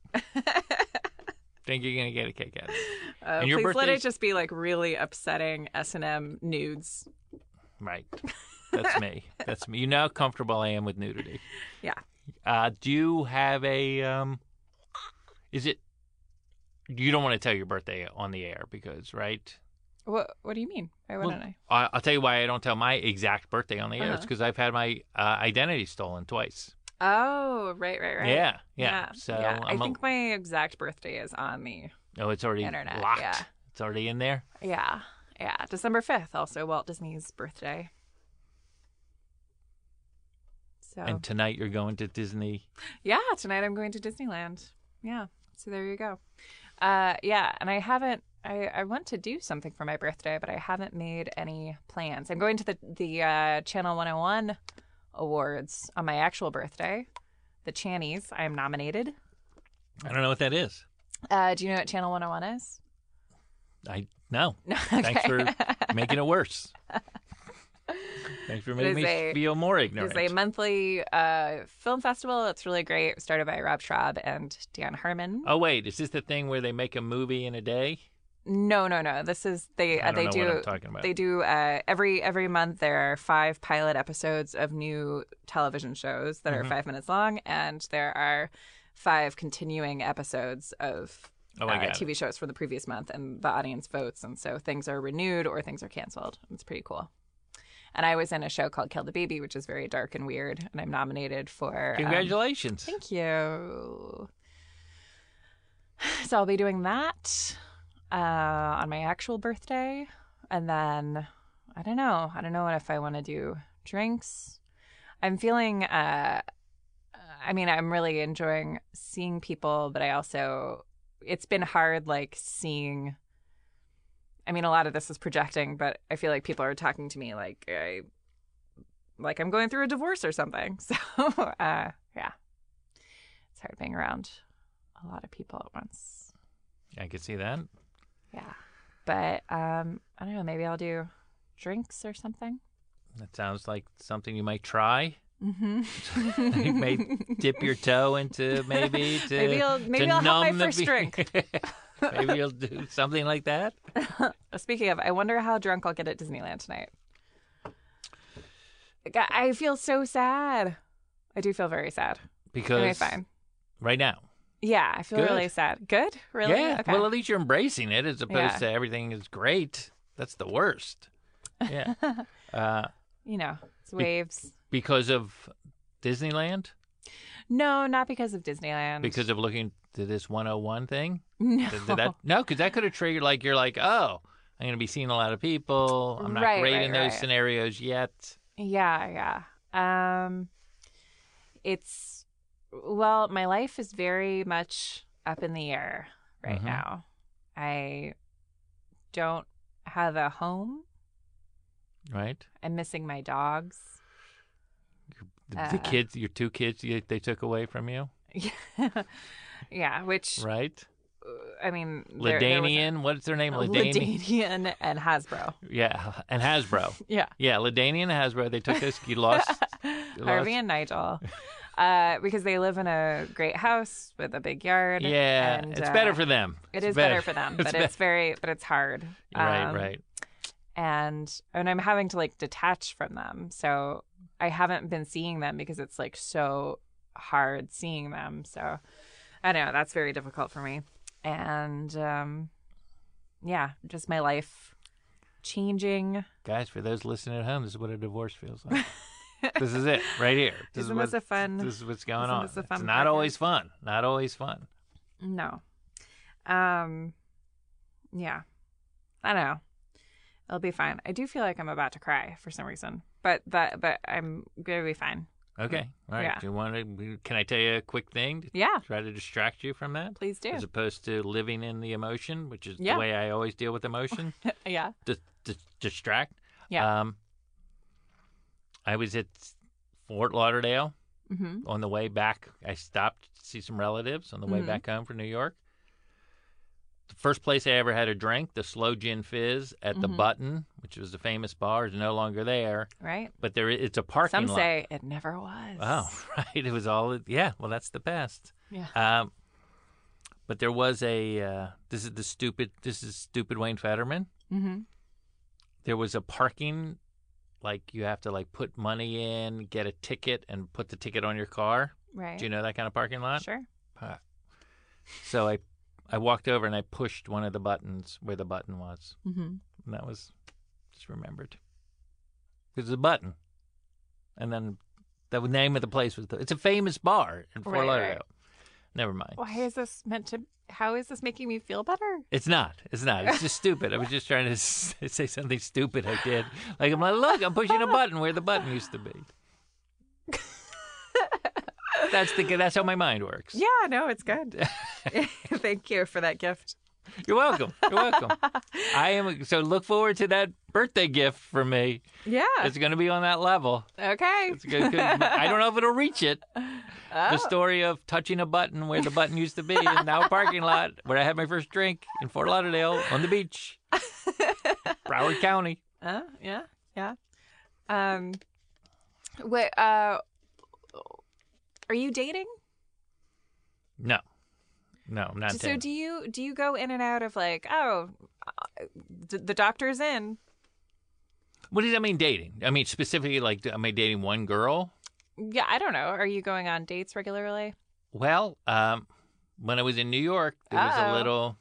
S4: [LAUGHS]
S8: think you're going to get a kick out of it.
S4: Uh,
S8: And
S4: please
S8: your
S4: let it
S8: birthday's-
S4: just be like really upsetting S and M nudes. [LAUGHS]
S8: Right. That's me. That's me. You know how comfortable I am with nudity.
S4: Yeah.
S8: Uh, do you have a. Um, is it. You don't want to tell your birthday on the air because, right?
S4: What What do you mean? Why
S8: Well,
S4: wouldn't I?
S8: I- I'll tell you why I don't tell my exact birthday on the air. It's
S4: Uh-huh.
S8: because I've had my uh, identity stolen twice.
S4: Oh, right, right, right.
S8: Yeah, yeah. So
S4: I
S8: I'm a-
S4: think my exact birthday is on the
S8: Oh, it's already
S4: Internet,
S8: locked.
S4: yeah.
S8: It's already in there.
S4: yeah, yeah December fifth. Also Walt Disney's birthday. So
S8: And tonight you're going to Disney.
S4: yeah, tonight I'm going to Disneyland. Yeah, so there you go. Uh, yeah, and I haven't. I, I want to do something for my birthday, but I haven't made any plans. I'm going to the the uh, Channel 101 awards on my actual birthday. The Channies. I am nominated.
S8: I don't know what that is.
S4: Uh, do you know what Channel 101 is?
S8: I
S4: [LAUGHS]
S8: no.
S4: No.
S8: Thanks for making it worse. Thanks for making
S4: is
S8: me
S4: a-
S8: feel more
S4: It's
S8: ignorant.
S4: a monthly uh, film festival. It's really great. It was Started by Rob Schraub and Dan Harmon.
S8: oh wait, is this the thing where they make a movie in a day?
S4: No, no, no. This is they.
S8: I
S4: uh, they
S8: don't
S4: do.
S8: know what I'm talking about.
S4: They do uh, every every month. There are five pilot episodes of new television shows that
S8: Mm-hmm.
S4: are five minutes long, and there are five continuing episodes of
S8: Oh, I
S4: uh,
S8: got it.
S4: TV shows from the previous month, and the audience votes, and so things are renewed or things are canceled. It's pretty cool. And I was in a show called Kill the Baby, which is very dark and weird, and I'm nominated for. um,
S8: Congratulations.
S4: Thank you. [SIGHS] So I'll be doing that uh, on my actual birthday, and then I don't know. I don't know if I want to do drinks. I'm feeling. Uh, I mean, I'm really enjoying seeing people, but I also it's been hard like seeing. I mean, a lot of this is projecting, but I feel like people are talking to me like I, like I'm going through a divorce or something. [LAUGHS] So uh, yeah, it's hard being around a lot of people at once.
S8: I could see that.
S4: Yeah. But um I don't know, maybe I'll do drinks or something.
S8: That sounds like something you might try. [LAUGHS]
S4: Mhm.
S8: you may dip your toe
S4: [LAUGHS]
S8: into maybe to
S4: Maybe I'll- maybe
S8: to
S4: I'll have my
S8: numb the
S4: first
S8: fe-
S4: drink.
S8: [LAUGHS] maybe you'll do something
S4: [LAUGHS]
S8: like that.
S4: [LAUGHS] Speaking of, I wonder how drunk I'll get at Disneyland tonight. Like, I- I feel so sad. I do feel very sad.
S8: Because
S4: Am I fine?
S8: right now,
S4: Yeah, I feel
S8: Good.
S4: really sad. Good? Really?
S8: yeah.
S4: Okay.
S8: Well, at least you're embracing it as opposed
S4: Yeah.
S8: to everything is great. That's the worst.
S4: [LAUGHS]
S8: Yeah. uh,
S4: you know, it's waves.
S8: because of Disneyland.
S4: No, not because of Disneyland. [LAUGHS]
S8: Because of looking to this 101 thing.
S4: no.
S8: Did,
S4: [LAUGHS]
S8: did that no, because that could have triggered like you're like, oh, I'm gonna be seeing a lot of people. I'm not
S4: Right,
S8: great
S4: right,
S8: in those
S4: right.
S8: scenarios yet.
S4: Yeah, yeah. Um it's well, my life is very much up in the air right
S8: Mhm.
S4: now. I don't have a home.
S8: Right.
S4: I'm missing my dogs. [LAUGHS]
S8: The, the
S4: Uh,
S8: kids, your two kids, you, they took away from you,
S4: yeah, which
S8: right?
S4: uh, I mean, there- there was a-
S8: Ladanian, what's
S4: [LAUGHS]
S8: their name? Ladanian.
S4: Ladanian [LAUGHS] and
S8: [LAUGHS]
S4: Hasbro.
S8: Yeah, and Hasbro.
S4: [LAUGHS] Yeah.
S8: Yeah, Ladanian and Hasbro. They took this. You lost.
S4: [LAUGHS]
S8: lost-
S4: Harvey and Nigel, uh, because they live in a great house with a big yard.
S8: Yeah,
S4: and,
S8: it's
S4: uh,
S8: better for them.
S4: It
S8: [LAUGHS] It's
S4: is better, for them, but it's,
S8: better.
S4: very, but it's hard.
S8: right,
S4: Um,
S8: right.
S4: And and I'm having to like detach from them, so I haven't been seeing them because it's like so hard seeing them. So I know that's very difficult for me, and um, yeah, just my life changing.
S8: Guys, for those listening at home, this is what a divorce
S4: [LAUGHS]
S8: feels like. this is it, right here. This
S4: Isn't
S8: is
S4: this
S8: what-
S4: a fun-
S8: This is what's going
S4: isn't
S8: on.
S4: this a
S8: it's
S4: fun
S8: not
S4: podcast?
S8: always fun. Not always fun.
S4: No, um, yeah, I know. It'll be fine. I do feel like I'm about to cry for some reason, but that but I'm gonna be fine.
S8: Okay, all right.
S4: Mm-hmm. Yeah.
S8: Do you want to? Can I tell you a quick thing to
S4: Yeah,
S8: try to distract you from that?
S4: please do.
S8: As opposed to living in the emotion, which is
S4: Yeah.
S8: the way I always deal
S4: [LAUGHS]
S8: with emotion.
S4: Yeah.
S8: dis- dis- distract.
S4: Yeah.
S8: Um, I was at Fort Lauderdale
S4: Mm-hmm.
S8: on the way back. I stopped to see some relatives on the way
S4: Mhm.
S8: back home from New York. The first place I ever had a drink, the Slow Gin Fizz at the
S4: Mhm.
S8: Button, which was a famous bar, is no longer there.
S4: Right.
S8: But there, it's a parking
S4: Some
S8: lot.
S4: say it never was.
S8: [LAUGHS] Oh, right. It was all. Yeah. Well, that's the best.
S4: Yeah.
S8: Um, but there was a. Uh, this is the stupid. This is stupid Wayne Fetterman
S4: Mm-hmm.
S8: there was a parking like you have to like put money in get a ticket and put the ticket on your car
S4: Right.
S8: do you know that kind of parking lot
S4: Sure.
S8: Huh. so i i walked over and i pushed one of the buttons where the button was
S4: Mm-hmm.
S8: and that was just remembered because a button and then the name of the place was the, it's a famous bar in fort
S4: Right, right.
S8: lauderdale never mind
S4: Why is this meant to? How is this making me feel better?
S8: It's not. It's not. It's just stupid. I was just trying to s- [LAUGHS] say something stupid I did. Like, I'm like, look, I'm pushing a button where the button used to
S4: [LAUGHS]
S8: be. That's the that's how my mind works.
S4: Yeah. No, it's
S8: [LAUGHS]
S4: good. [LAUGHS] Thank you for that gift.
S8: You're welcome. You're welcome.
S4: [LAUGHS]
S8: I am so look forward to that birthday gift for me.
S4: Yeah.
S8: It's going to be on that level.
S4: okay.
S8: It's gonna, I don't know if it'll reach it.
S4: Oh.
S8: The story of touching a button where the button used to be and now a parking lot where I had my first drink in Fort Lauderdale on
S4: [LAUGHS]
S8: the beach. Broward County.
S4: Uh, yeah. Yeah. Um. What? Uh. Are you dating?
S8: No, no, I'm not.
S4: so
S8: dating.
S4: do you do you go in and out of like oh, uh, d- the doctor's in?
S8: what does that mean dating? I mean specifically, like, am I dating one girl?
S4: Yeah, I don't know. Are you going on dates regularly?
S8: Well, um, when I was in New York, there was a
S4: Uh-oh.
S8: little,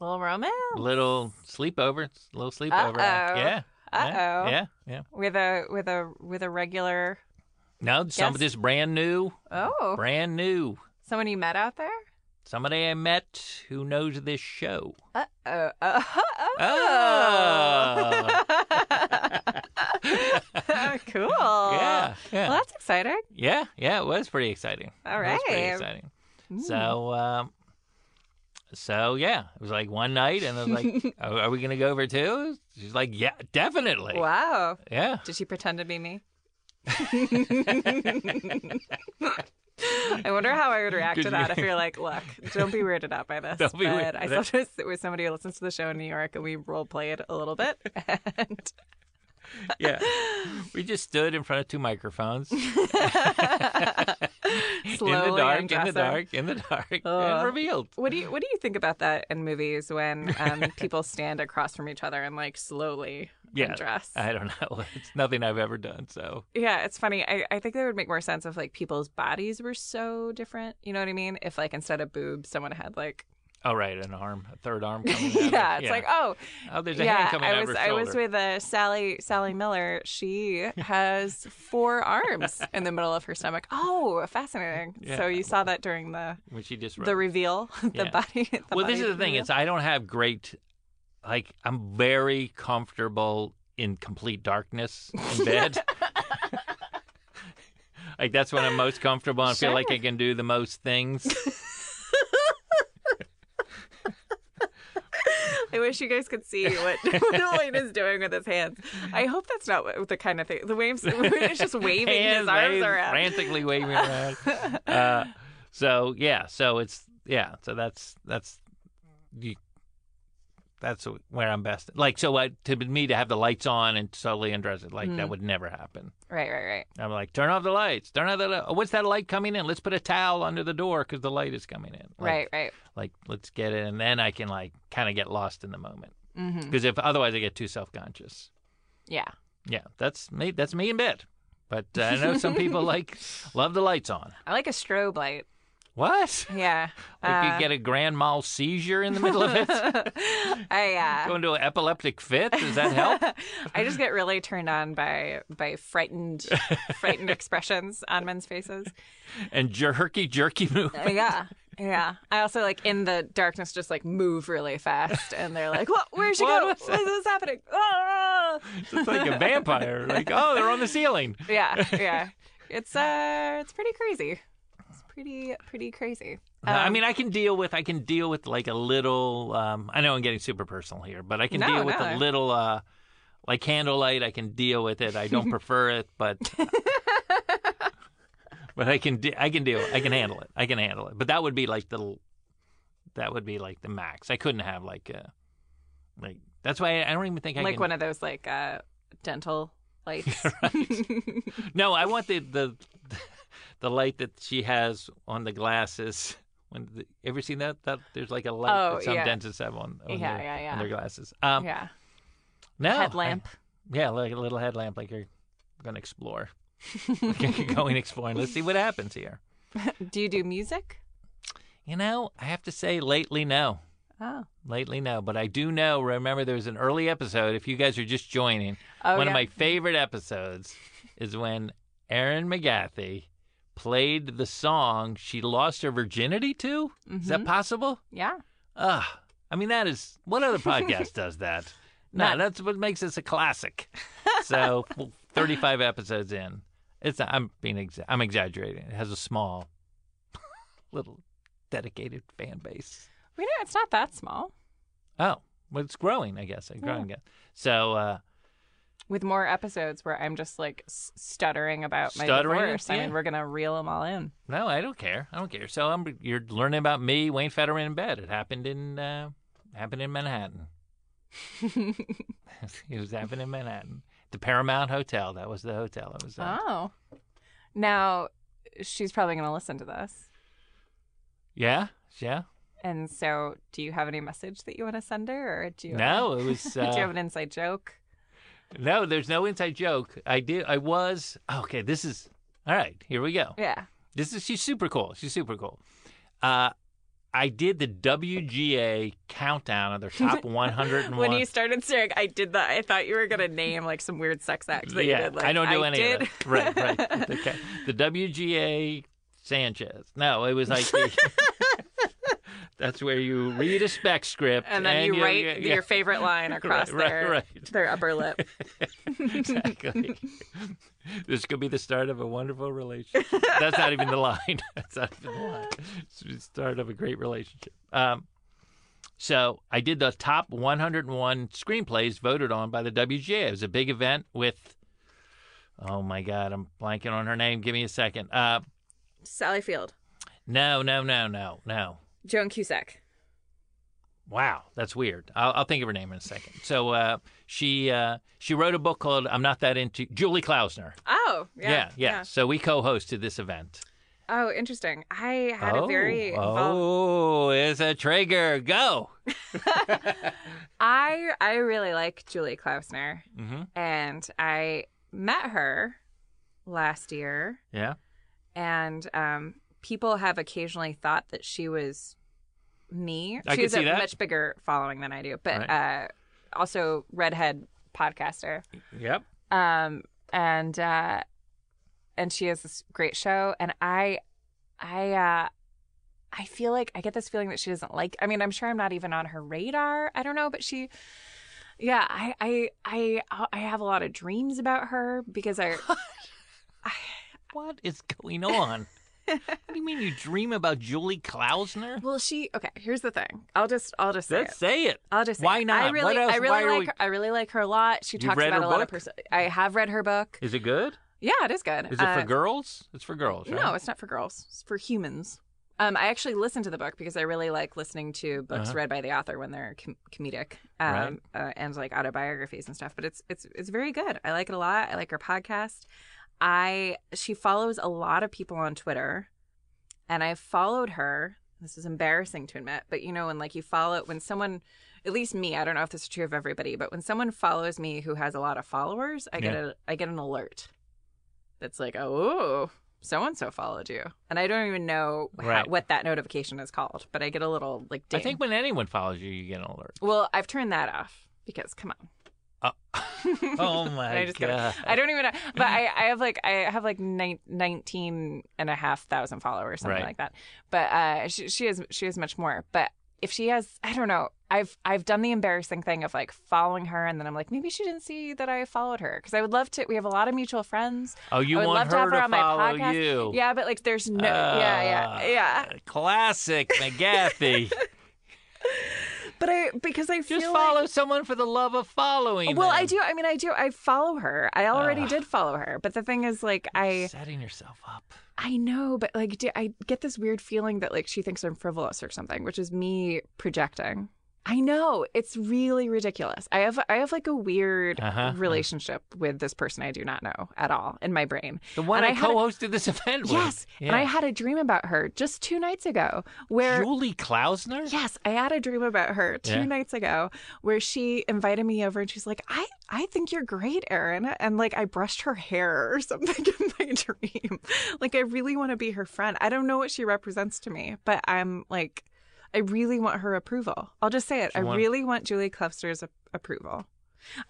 S4: Little romance.
S8: little sleepover, little sleepover.
S4: Uh-oh.
S8: Yeah. yeah,
S4: Uh-oh.
S8: Yeah, yeah.
S4: with a with a with a regular
S8: No, some of
S4: Yes.
S8: this brand new,
S4: oh
S8: brand new.
S4: someone you met out there
S8: Somebody I met who knows
S4: [LAUGHS]
S8: this show.
S4: uh oh uh, oh,
S8: Oh.
S4: exciting.
S8: Yeah, yeah, it was pretty exciting.
S4: All
S8: It was pretty
S4: right. Mm.
S8: exciting. So, um, so yeah, it was like one night, and I
S4: [LAUGHS]
S8: was like, "Oh, "Are, are we gonna go for two? She's like, "Yeah, definitely."
S4: Wow.
S8: Yeah.
S4: Did she pretend to be
S8: [LAUGHS]
S4: me? I wonder how I would react to
S8: Did
S4: that
S8: you-
S4: if you're like, look, don't be weirded out by this.
S8: Don't be weirded
S4: but I
S8: out.
S4: still just sit with somebody who listens to the show in New York and we role played a little bit. [LAUGHS] And [LAUGHS]
S8: yeah. We just stood in front of two microphones in
S4: slowly
S8: the dark, in the
S4: undress them.
S8: dark, in the dark, and
S4: Ugh.
S8: revealed.
S4: What do you what do you think about that in movies when
S8: [LAUGHS]
S4: um, people stand across from each other and like slowly
S8: Yeah. Uh,
S4: undress?
S8: I don't [LAUGHS] know. It's nothing I've ever done. So
S4: Yeah, it's funny. I, I think that would make more sense if like people's bodies were so different. You know what I mean? If like instead of boobs, someone had like
S8: Oh right, an arm, a third arm coming out.
S4: [LAUGHS]
S8: of-
S4: yeah, it's like oh
S8: Oh, there's a hand
S4: yeah.
S8: coming out
S4: I
S8: of
S4: was
S8: her
S4: I was
S8: shoulder.
S4: with uh, Sally Sally Miller. She has four
S8: [LAUGHS]
S4: arms in the middle of her stomach. Oh, fascinating. So you saw that during the
S8: when she just
S4: the
S8: wrote-
S4: reveal, [LAUGHS] the
S8: Yeah.
S4: body. The
S8: well,
S4: body
S8: this is the thing.
S4: reveal.
S8: It's I don't have great, like I'm very comfortable in complete darkness
S4: [LAUGHS]
S8: in bed. [LAUGHS] like that's when I'm most comfortable and feel like I can do the most things.
S4: I wish you guys could see
S8: [LAUGHS]
S4: what, [LAUGHS] what Wayne is doing with his hands. I hope that's not what, the kind of thing. The waves, [LAUGHS] Wayne is just waving his
S8: Hands
S4: arms
S8: wave-
S4: around.
S8: frantically
S4: [LAUGHS]
S8: waving around. Uh, so yeah, so it's yeah, so that's that's you, that's where I'm best. Like so, I, to me to have the lights on and slowly undress it, like
S4: Mm-hmm.
S8: that would never happen.
S4: Right, right, right.
S8: I'm like, turn off the lights, turn off the. Li- oh, what's that light coming in? Let's put a towel under the door because the light is coming in. Like,
S4: Right, right.
S8: Like let's get it, and then I can like kind of get lost in the moment.
S4: Mm-hmm.
S8: Because if otherwise I get too self conscious.
S4: Yeah.
S8: Yeah, that's me. That's me in bed. But uh, I know some [LAUGHS] people like love the lights on.
S4: I like a strobe light.
S8: What?
S4: Yeah.
S8: Like
S4: Uh,
S8: you get a grand mal seizure in the middle of it, [LAUGHS]
S4: I,
S8: go into an epileptic fit. Does that help? [LAUGHS]
S4: uh, I just get really turned on by by frightened frightened expressions on men's faces.
S8: And jerky, jerky move.
S4: Uh, yeah. Yeah. I also like in the darkness just like move really fast and they're like, What where's she
S8: What
S4: going?
S8: was
S4: What's what's happening? Oh!
S8: It's like a vampire. Like oh, they're on the ceiling.
S4: Yeah, yeah. It's uh it's pretty crazy. It's pretty pretty crazy.
S8: No, Uh, I mean, I can deal with I can deal with like a little. Um, I know I'm getting super personal here, but I can
S4: No,
S8: deal with a
S4: no.
S8: little uh, like candlelight. I can deal with it.
S4: [LAUGHS]
S8: I don't prefer it, but uh, but I can de- I can deal. I can handle it. I can handle it. But that would be like the l- that would be like the max. I couldn't have like a like that's why I, I don't even think I
S4: like
S8: can.
S4: one of those like uh dental lights.
S8: No, I want the the [LAUGHS] the light that she has on the glasses. When the, ever seen that? That there's like a light
S4: Oh,
S8: that some
S4: yeah.
S8: dentists have on, on,
S4: Yeah,
S8: their,
S4: yeah, yeah.
S8: on their glasses.
S4: [LAUGHS]
S8: Um,
S4: yeah.
S8: no, I-
S4: Headlamp.
S8: yeah, like a little headlamp, like you're
S4: [LAUGHS]
S8: gonna explore. like you're going exploring. Let's see what happens here.
S4: Do you do music?
S8: You know, I have to say, lately, no.
S4: Oh.
S8: Lately, no. But I do know, remember, there was an early episode. If you guys are just joining, one
S4: Oh,
S8: of
S4: yeah.
S8: my favorite episodes is when Erin McGathy played the song she lost her virginity to. Is
S4: Mm-hmm.
S8: that possible?
S4: Yeah.
S8: Ugh. Ah, I mean, that is what other podcast does that? No,
S4: Not-
S8: that's what makes this a classic. So, well, 35 episodes in. It's not, I'm being exa- I'm exaggerating. It has a small, [LAUGHS] little dedicated fan base.
S4: We know it's not that small.
S8: Oh, well, it's growing, I guess. It's growing again. So, uh,
S4: With more episodes where I'm just like s- stuttering about my
S8: Stuttering?
S4: divorce. I
S8: Yeah.
S4: mean, we're gonna reel them all in.
S8: no, I don't care. I don't care. So, I'm you're learning about me, Wayne Fetterman in bed. It happened in uh, happened in
S4: [LAUGHS]
S8: Manhattan. [LAUGHS] it was happened in Manhattan, the Paramount Hotel. That was the hotel. It was. at.
S4: Oh. Now, she's probably gonna listen to this.
S8: Yeah, yeah.
S4: And so, do you have any message that you want to send her, or do you?
S8: No, it
S4: [LAUGHS]
S8: was. Uh,
S4: do you have an inside joke?
S8: no, there's no inside joke. I did. I was okay. This is all right. Here we go.
S4: Yeah.
S8: This is she's super cool. She's super cool. Uh, I did the WGA
S4: [LAUGHS]
S8: countdown of their top 101.
S4: When you started staring, I did that. I thought you were gonna name like some weird sex act that
S8: yeah,
S4: you did. Like,
S8: I don't do any
S4: did.
S8: of it. Right, right. Okay.
S4: [LAUGHS]
S8: The WGA Sanchez. No, it was like the, [LAUGHS] That's where you read a spec script
S4: [LAUGHS] And then you write
S8: yeah,
S4: your favorite
S8: [LAUGHS]
S4: line across
S8: right,
S4: their
S8: right.
S4: their upper lip.
S8: [LAUGHS] exactly. [LAUGHS] this could be the start of a wonderful relationship. That's not even the line. [LAUGHS] That's not even the line. It's the start of a great relationship. Um, so I did the top 101 screenplays voted on by the WGA. It was a big event with, oh my God, I'm blanking on her name. Give me a second. Uh,
S4: Sally Field,
S8: no, no, no, no, no.
S4: Joan Cusack.
S8: Wow, that's weird. I'll, I'll think of her name in a second. So uh, she uh, she wrote a book called "I'm Not That Into." Julie Klausner.
S4: Oh, yeah,
S8: Yeah, yeah. So we co-hosted this event.
S4: Oh, interesting. I had a very involved
S8: oh, it's a Traeger. Go.
S4: I I really like Julie Klausner,
S8: hmm
S4: and I met her last year,
S8: Yeah.
S4: and um, people have occasionally thought that she was me.
S8: I
S4: she
S8: could
S4: has
S8: see
S4: a
S8: that.
S4: much bigger following than I do, but uh, also redhead podcaster.
S8: Yep.
S4: um and uh and she has this great show and i i uh i feel like i get this feeling that she doesn't like i mean i'm sure i'm not even on her radar i don't know but she yeah i i i, I have a lot of dreams about her because
S8: [LAUGHS]
S4: i
S8: What is going on? what do you mean you dream about Julie Klausner?
S4: well she okay here's the thing i'll just i'll just say
S8: Let's
S4: it.
S8: say it.
S4: I'll just say
S8: Why
S4: it.
S8: not?
S4: I really,
S8: What else?
S4: I really
S8: Why are
S4: like
S8: we-
S4: her, I really like her a lot. She
S8: You've
S4: talks
S8: read
S4: about
S8: her
S4: a lot of
S8: book?
S4: person. I have read her book.
S8: Is it good?
S4: Yeah, it is good.
S8: Is it for
S4: Uh,
S8: girls? It's for girls, right?
S4: No, it's not for girls. It's for humans. Um, I actually listened to the book because I really like listening to books
S8: Uh-huh.
S4: read by the author when they're com- comedic,
S8: Right.
S4: um, uh, and like autobiographies and stuff. But it's it's it's very good. I like it a lot. I like her podcast. I she follows a lot of people on Twitter, and I followed her. This is embarrassing to admit, but you know when like you follow when someone, at least me, I don't know if this is true of everybody, but when someone follows me who has a lot of followers, I get
S8: Yeah.
S4: a I get an alert. That's like oh so and so followed you, and I don't even know how-
S8: Right.
S4: what that notification is called, but I get a little like ding.
S8: I think when anyone follows you, you get an alert.
S4: well, I've turned that off because come on.
S8: Uh, [LAUGHS]
S4: [LAUGHS]
S8: oh my
S4: I just kidding.
S8: god!
S4: I don't even know. But I, I have like I have like nine, 19 and a half thousand followers, something
S8: Right.
S4: like that. But uh, she, she has she has much more. But if she has, I don't know. I've I've done the embarrassing thing of like following her, and then I'm like, maybe she didn't see that I followed her because I would love to. We have a lot of mutual friends.
S8: Oh, you
S4: I would
S8: want
S4: love to have her on my
S8: follow
S4: podcast.
S8: you?
S4: Yeah, but like, there's no. yeah, yeah, yeah.
S8: Oh. Ah,
S4: [LAUGHS]
S8: Classic McGathy.
S4: But I because I
S8: Just
S4: feel
S8: follow
S4: like-
S8: someone for the love of following.
S4: Well, I
S8: them.
S4: do. I mean, I do. I follow her. I already
S8: Ugh.
S4: did follow her. But the thing is, like, I.
S8: setting yourself up.
S4: I know, but like, do, I get this weird feeling that like she thinks I'm frivolous or something, which is me projecting. I know it's really ridiculous. I have I have like a weird
S8: Uh-huh.
S4: relationship with this person I do not know at all in my brain.
S8: The one
S4: And
S8: I,
S4: I had a-
S8: co-hosted this [LAUGHS] event with.
S4: Yes,
S8: yeah.
S4: and I had a dream about her just two nights ago where.
S8: Julie Klausner.
S4: Yes, I had a dream about her two
S8: Yeah.
S4: nights ago where she invited me over and she's like, I, I think you're great, Erin. And like, I brushed her hair or [LAUGHS] something in my dream. Like, I really want to be her friend. I don't know what she represents to me, but I'm like, I really want her approval. I'll just say it.
S8: You
S4: I
S8: want-
S4: really want Julie Kleffster's a- approval.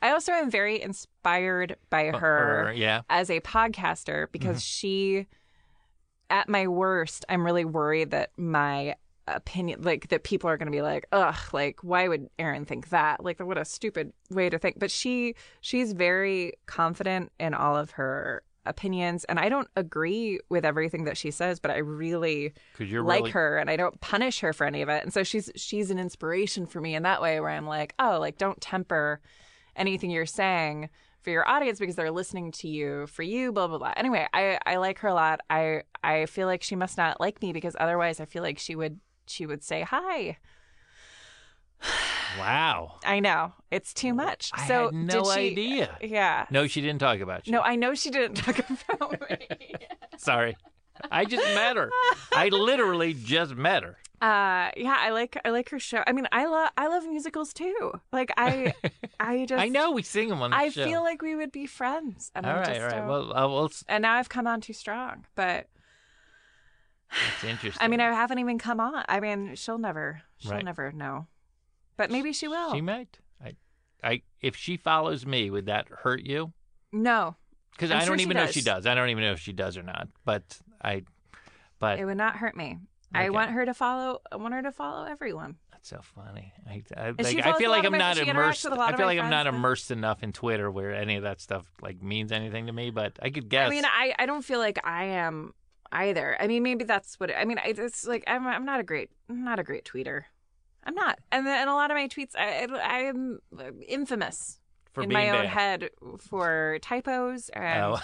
S4: I also am very inspired by
S8: Uh,
S4: her
S8: Yeah.
S4: as a podcaster because she at my worst i'm really worried that my opinion like that people are going to be like ugh like why would Erin think that like what a stupid way to think but she she's very confident in all of her opinions and i don't agree with everything that she says but i really
S8: Because you're
S4: like
S8: really...
S4: her and I don't punish her for any of it. And so she's she's an inspiration for me in that way where I'm like, oh, like don't temper anything you're saying for your audience because they're listening to you for you, blah blah blah. Anyway, I I like her a lot. I I feel like she must not like me because otherwise I feel like she would she would say hi.
S8: Wow.
S4: I know. It's too much.
S8: Oh, I
S4: so
S8: had no
S4: did she,
S8: idea.
S4: Yeah.
S8: No, she didn't talk about you.
S4: No, I know she didn't talk [LAUGHS] about me.
S8: Sorry. I just met her. I literally just met her.
S4: Uh yeah, I like I like her show. I mean, I love I love musicals too. Like
S8: [LAUGHS]
S4: I I just
S8: I know we sing them on the
S4: I
S8: show.
S4: feel like we would be friends. And
S8: All
S4: I'm
S8: right,
S4: just,
S8: all right.
S4: uh,
S8: Well, uh, well, it's,
S4: and now I've come on too strong. But
S8: it's interesting.
S4: I mean, I haven't even come on. I mean, she'll never, she'll
S8: Right.
S4: never know. But maybe she will.
S8: She might. I, I, if she follows me, would that hurt you?
S4: no,
S8: Because
S4: I'm
S8: I
S4: sure
S8: don't
S4: she
S8: even know if she
S4: does.
S8: does. I don't even know if she does or not. But I, but
S4: it would not hurt me. I
S8: Okay.
S4: want her to follow. I want her to follow everyone.
S8: That's so funny. I, I,
S4: she
S8: like, I
S4: follows a
S8: feel
S4: lot
S8: like
S4: of
S8: I'm
S4: my-
S8: not
S4: she interacts
S8: immersed.
S4: with a lot
S8: I
S4: of
S8: feel
S4: my
S8: like I'm not
S4: friends, but-
S8: immersed enough in Twitter where any of that stuff like means anything to me. But I could guess.
S4: I mean, I, I don't feel like I am either. I mean, maybe that's what it, I mean. I, it's like I'm I'm not a great I'm not a great tweeter. I'm not, and then- and a lot of my tweets I I am infamous
S8: for
S4: in
S8: being
S4: my own
S8: banned.
S4: head for typos and
S8: [LAUGHS] Oh,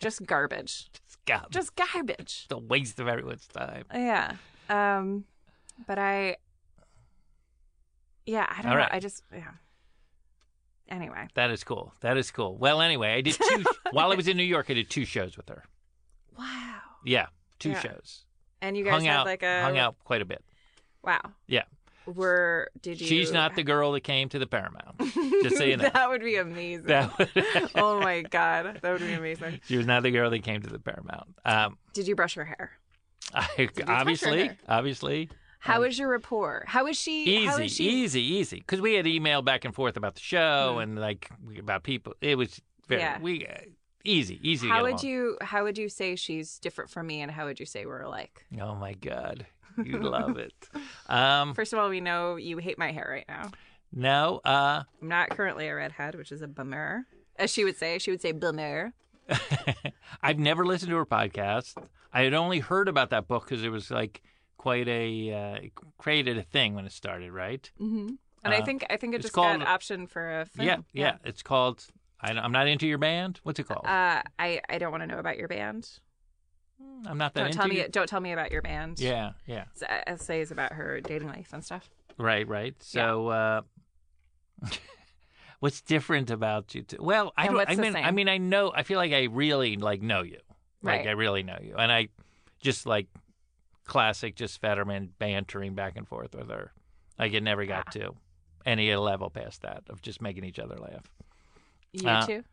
S4: just garbage,
S8: God, just
S4: just garbage.
S8: [LAUGHS] a waste of everyone's time.
S4: Yeah. Um, but I. Yeah, I don't
S8: All
S4: know.
S8: right.
S4: I just yeah. Anyway,
S8: That is cool. That is cool. Well, anyway, I did
S4: [LAUGHS]
S8: two. while I was in New York, I did two shows with her.
S4: wow.
S8: Yeah, two
S4: Yeah.
S8: shows.
S4: And you guys
S8: hung
S4: had
S8: out,
S4: like a
S8: hung out quite a bit.
S4: Wow.
S8: Yeah.
S4: Were did you?
S8: She's not the girl that came to the Paramount.
S4: [LAUGHS]
S8: Just so you know.
S4: that would be amazing.
S8: That would-
S4: [LAUGHS] oh my god, that would be amazing.
S8: she was not the girl that came to the Paramount. Um, [LAUGHS]
S4: Did you brush your hair?
S8: I,
S4: touch her
S8: obviously,
S4: hair?
S8: obviously,
S4: How is your rapport? How is she? how
S8: easy,
S4: is she? Mm-hmm.
S8: easy, easy. Because we had email back and forth about the show and like about people. It was very
S4: Yeah.
S8: we uh, easy, easy. to
S4: How
S8: get
S4: would
S8: along.
S4: you? How would you say she's different from me, and how would you say we're alike?
S8: Oh my god,
S4: [LAUGHS]
S8: you love it. Um,
S4: First of all, we know you hate my hair right now.
S8: no, uh, [LAUGHS]
S4: I'm not currently a redhead, which is a bummer. As she would say, she would say bummer.
S8: I've never listened to her podcast. I had only heard about that book because it was like quite a uh, it created a thing when it started, right?
S4: Mm-hmm. And I
S8: Uh,
S4: think I think it
S8: it's
S4: just
S8: called-
S4: got an option for a film.
S8: Yeah, yeah, It's called. I, I'm not into your band. What's it called?
S4: Uh, I I don't want to know about your band.
S8: I'm not that
S4: Don't
S8: into.
S4: tell me
S8: your-
S4: don't tell me about your band.
S8: Yeah, yeah.
S4: It's, uh, essays about her dating life and stuff.
S8: Right, right. So, uh, [LAUGHS] what's different about you? Two? Well, I
S4: And
S8: don't.
S4: what's
S8: I
S4: the
S8: mean, I
S4: same?
S8: mean, I know. I feel like I really like know you. Like
S4: Right.
S8: I really know you, and I just like classic, just Fetterman bantering back and forth with her. Like it never got to any level past that of just making each other laugh.
S4: You
S8: Uh,
S4: too?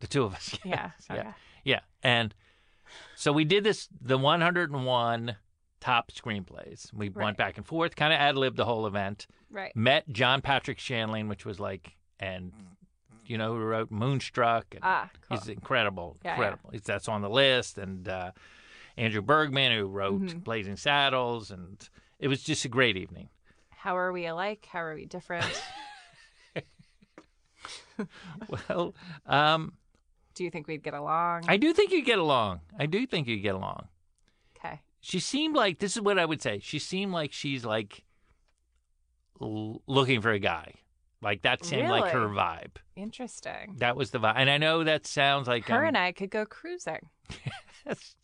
S8: The two of us. [LAUGHS]
S4: Yeah. Okay.
S8: yeah. Yeah. And so we did this, the 101 top screenplays. We
S4: Right.
S8: went back and forth, kind of ad libbed the whole event.
S4: Right.
S8: Met John Patrick Shanley, which was like, and you know who wrote Moonstruck? And
S4: Ah, cool.
S8: He's incredible,
S4: Yeah, yeah.
S8: incredible. He's, that's on the list. And uh, Andrew Bergman, who wrote
S4: Mm-hmm.
S8: Blazing Saddles. And it was just a great evening. [LAUGHS]
S4: How are we alike? How are we different?
S8: Well, um,
S4: Do you think we'd get along?
S8: I do think you get along. I do think you get along.
S4: Okay.
S8: she seemed like this is what I would say. She seemed like she's like l- looking for a guy. Like that seemed like her
S4: Really?
S8: vibe.
S4: Interesting.
S8: That was the vibe. And I know that sounds like um,
S4: Her
S8: I'm-
S4: and I could go cruising.
S8: Yes.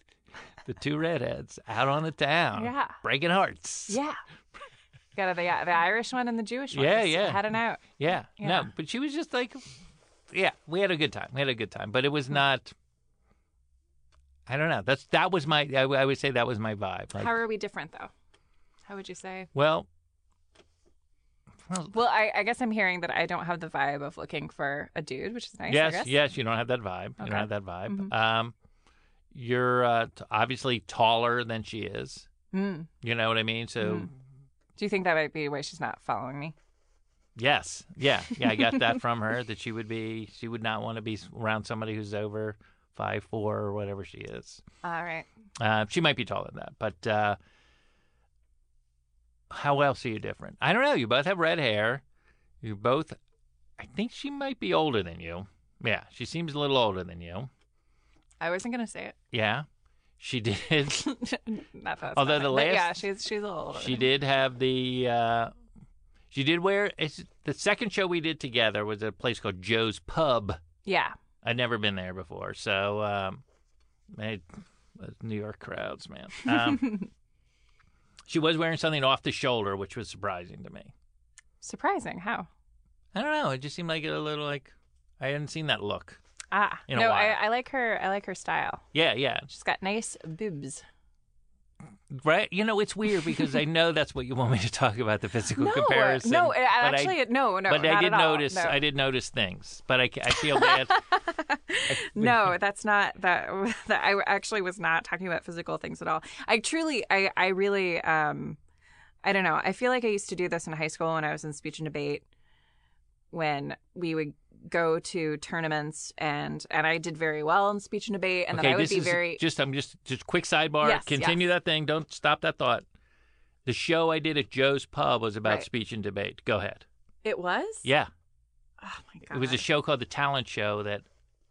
S8: the two redheads out on the town.
S4: Yeah.
S8: Breaking hearts.
S4: [LAUGHS] Yeah. Got the the Irish one and the Jewish one.
S8: Yeah,
S4: Just
S8: yeah.
S4: Heading out.
S8: Yeah.
S4: Yeah.
S8: No, but she was just like yeah, we had a good time. We had a good time, but it
S4: Mm.
S8: was not I don't know. That's that was my I, I would say that was my vibe. Like,
S4: How are we different though? How would you say?
S8: well,
S4: Well, I, I guess I'm hearing that I don't have the vibe of looking for a dude, which is nice. I
S8: yes,
S4: guess.
S8: yes, you don't have that vibe. You
S4: Okay. Mm-hmm.
S8: don't have that vibe. Um, you're uh, t- obviously taller than she is.
S4: Mm.
S8: You know what I mean? So
S4: Do you think that might be why she's not following me?
S8: yes, yeah, yeah. I got that from her that she would be. She would not want to be s- around somebody who's over five four or whatever she is.
S4: All right.
S8: Uh, she might be taller than that, but uh, how else are you different? I don't know. You both have red hair. You both. I think she might be older than you. Yeah, she seems a little older than you.
S4: I wasn't gonna say
S8: Yeah, she [LAUGHS] did.
S4: it. [LAUGHS] not that. it's
S8: Although
S4: not
S8: the
S4: it. But yeah,
S8: last-
S4: she's she's a little older.
S8: She did have the. Uh, she did wear. It's, the second show we did together was at a place called Joe's Pub.
S4: Yeah.
S8: I'd never been there before, so um, I, uh, New York crowds, man.
S4: [LAUGHS]
S8: Um, she was wearing something off the shoulder, which was surprising to me.
S4: Surprising. How?
S8: I don't know. It just seemed like a little like I hadn't seen that look.
S4: Ah.
S8: In a
S4: no,
S8: while.
S4: I, I like her. I like her style.
S8: Yeah, yeah,
S4: She's got nice boobs.
S8: right. You know, it's weird because I know that's what you want me to talk about—the physical
S4: No, uh,
S8: comparison.
S4: no. I- I
S8: but I-
S4: actually, no, no.
S8: but I
S4: not
S8: did
S4: at all.
S8: notice.
S4: No.
S8: I did notice things, but I, ca- I
S4: [LAUGHS]
S8: feel bad.
S4: no, that's not that, [LAUGHS] that. I actually was not talking about physical things at all. I truly, I, I really, um, I don't know. I feel like I used to do this in high school when I was in speech and debate, when we would go to tournaments and and I did very well in speech and debate and
S8: okay,
S4: that I would
S8: this
S4: be
S8: is
S4: very
S8: just I'm just just quick sidebar.
S4: Yes,
S8: Continue that thing. Don't stop that thought. The show I did at Joe's Pub was about
S4: Right.
S8: speech and debate. Go ahead.
S4: it was
S8: Yeah,
S4: oh my god
S8: it was a show called The Talent Show that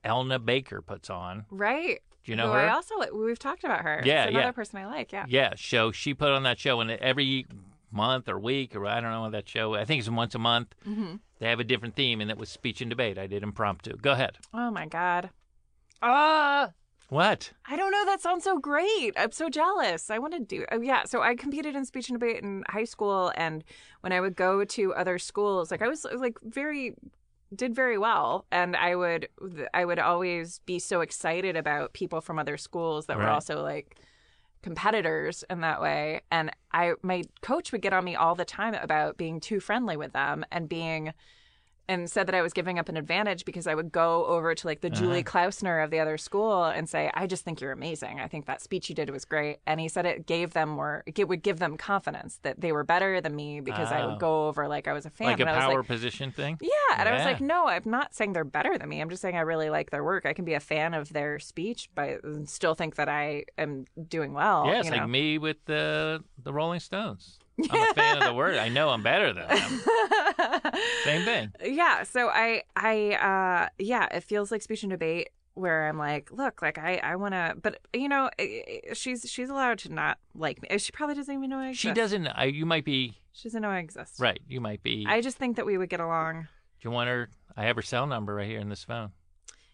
S8: Elna Baker puts on.
S4: right
S8: Do you know
S4: Who
S8: her?
S4: I also like we've talked about her
S8: Yeah,
S4: it's another
S8: yeah.
S4: person I like yeah
S8: Yeah, so she put on that show, and every month or week or I don't know that show. I think it's once a month.
S4: Mhm.
S8: They have a different theme, and that was speech and debate. I did impromptu. Go ahead.
S4: oh my god ah.
S8: What?
S4: I don't know. That sounds so great. I'm so jealous. I want to do. Oh, yeah. So I competed in speech and debate in high school, and when I would go to other schools, like I was like very did very well, and I would I would always be so excited about people from other schools that were
S8: Right.
S4: also like competitors in that way. And I my coach would get on me all the time about being too friendly with them and being and said that I was giving up an advantage because I would go over to like
S8: Uh-huh.
S4: the Julie Klausner of the other school and say, I just think you're amazing. I think that speech you did was great. And he said it gave them more it would give them confidence that they were better than me because I
S8: Oh.
S4: would go over like I was a fan.
S8: Like a
S4: and I was
S8: power
S4: like,
S8: position thing?
S4: yeah. And I was
S8: Yeah.
S4: like, no, I'm not saying they're better than me. I'm just saying I really like their work. I can be a fan of their speech, but still think that I am doing well.
S8: yeah, it's
S4: Oh, you
S8: like
S4: know?
S8: me with the the
S4: [LAUGHS]
S8: Rolling Stones. I'm a fan of the word. I know I'm better than them.
S4: [LAUGHS]
S8: Same thing.
S4: yeah. So I, I, uh, yeah, it feels like speech and debate where I'm like, look, like I, I want to, but you know, i- i- she's, she's allowed to not like me. She probably doesn't even know I exist.
S8: She doesn't. I, you might be
S4: She doesn't know I exist.
S8: right. You might be.
S4: I just think that we would get along.
S8: do you want her? I have her cell number right here in this phone.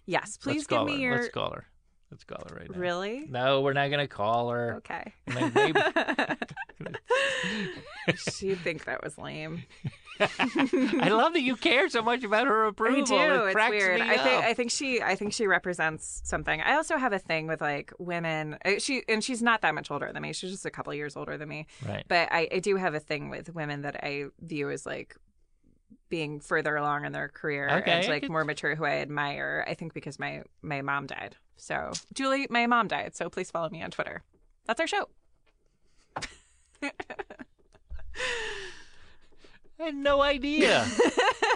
S4: Yes. Please
S8: Let's call
S4: give me
S8: her.
S4: your.
S8: Let's call her. Let's call her right now.
S4: Really?
S8: No, we're not gonna call her.
S4: Okay.
S8: May- maybe-
S4: [LAUGHS]
S8: [LAUGHS]
S4: She'd think that was lame.
S8: I love that you care so much about her
S4: [LAUGHS]
S8: approval.
S4: I do.
S8: It
S4: it's
S8: cracks
S4: weird.
S8: me
S4: I think
S8: up.
S4: I think she I think she represents something. I also have a thing with like women. uh, She and she's not that much older than me. She's just a couple years older than me.
S8: Right.
S4: But I, I do have a thing with women that I view as like being further along in their career
S8: Okay,
S4: and
S8: I
S4: like
S8: could-
S4: more mature who I admire. I think because my my mom died. So Julie, my mom died. So please follow me on Twitter. That's our show.
S8: I had
S4: [LAUGHS]
S8: no idea.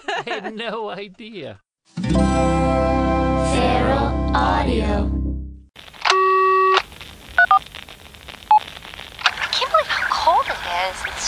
S8: I had no idea.
S3: Feral Audio.
S9: I can't believe how cold it is. It's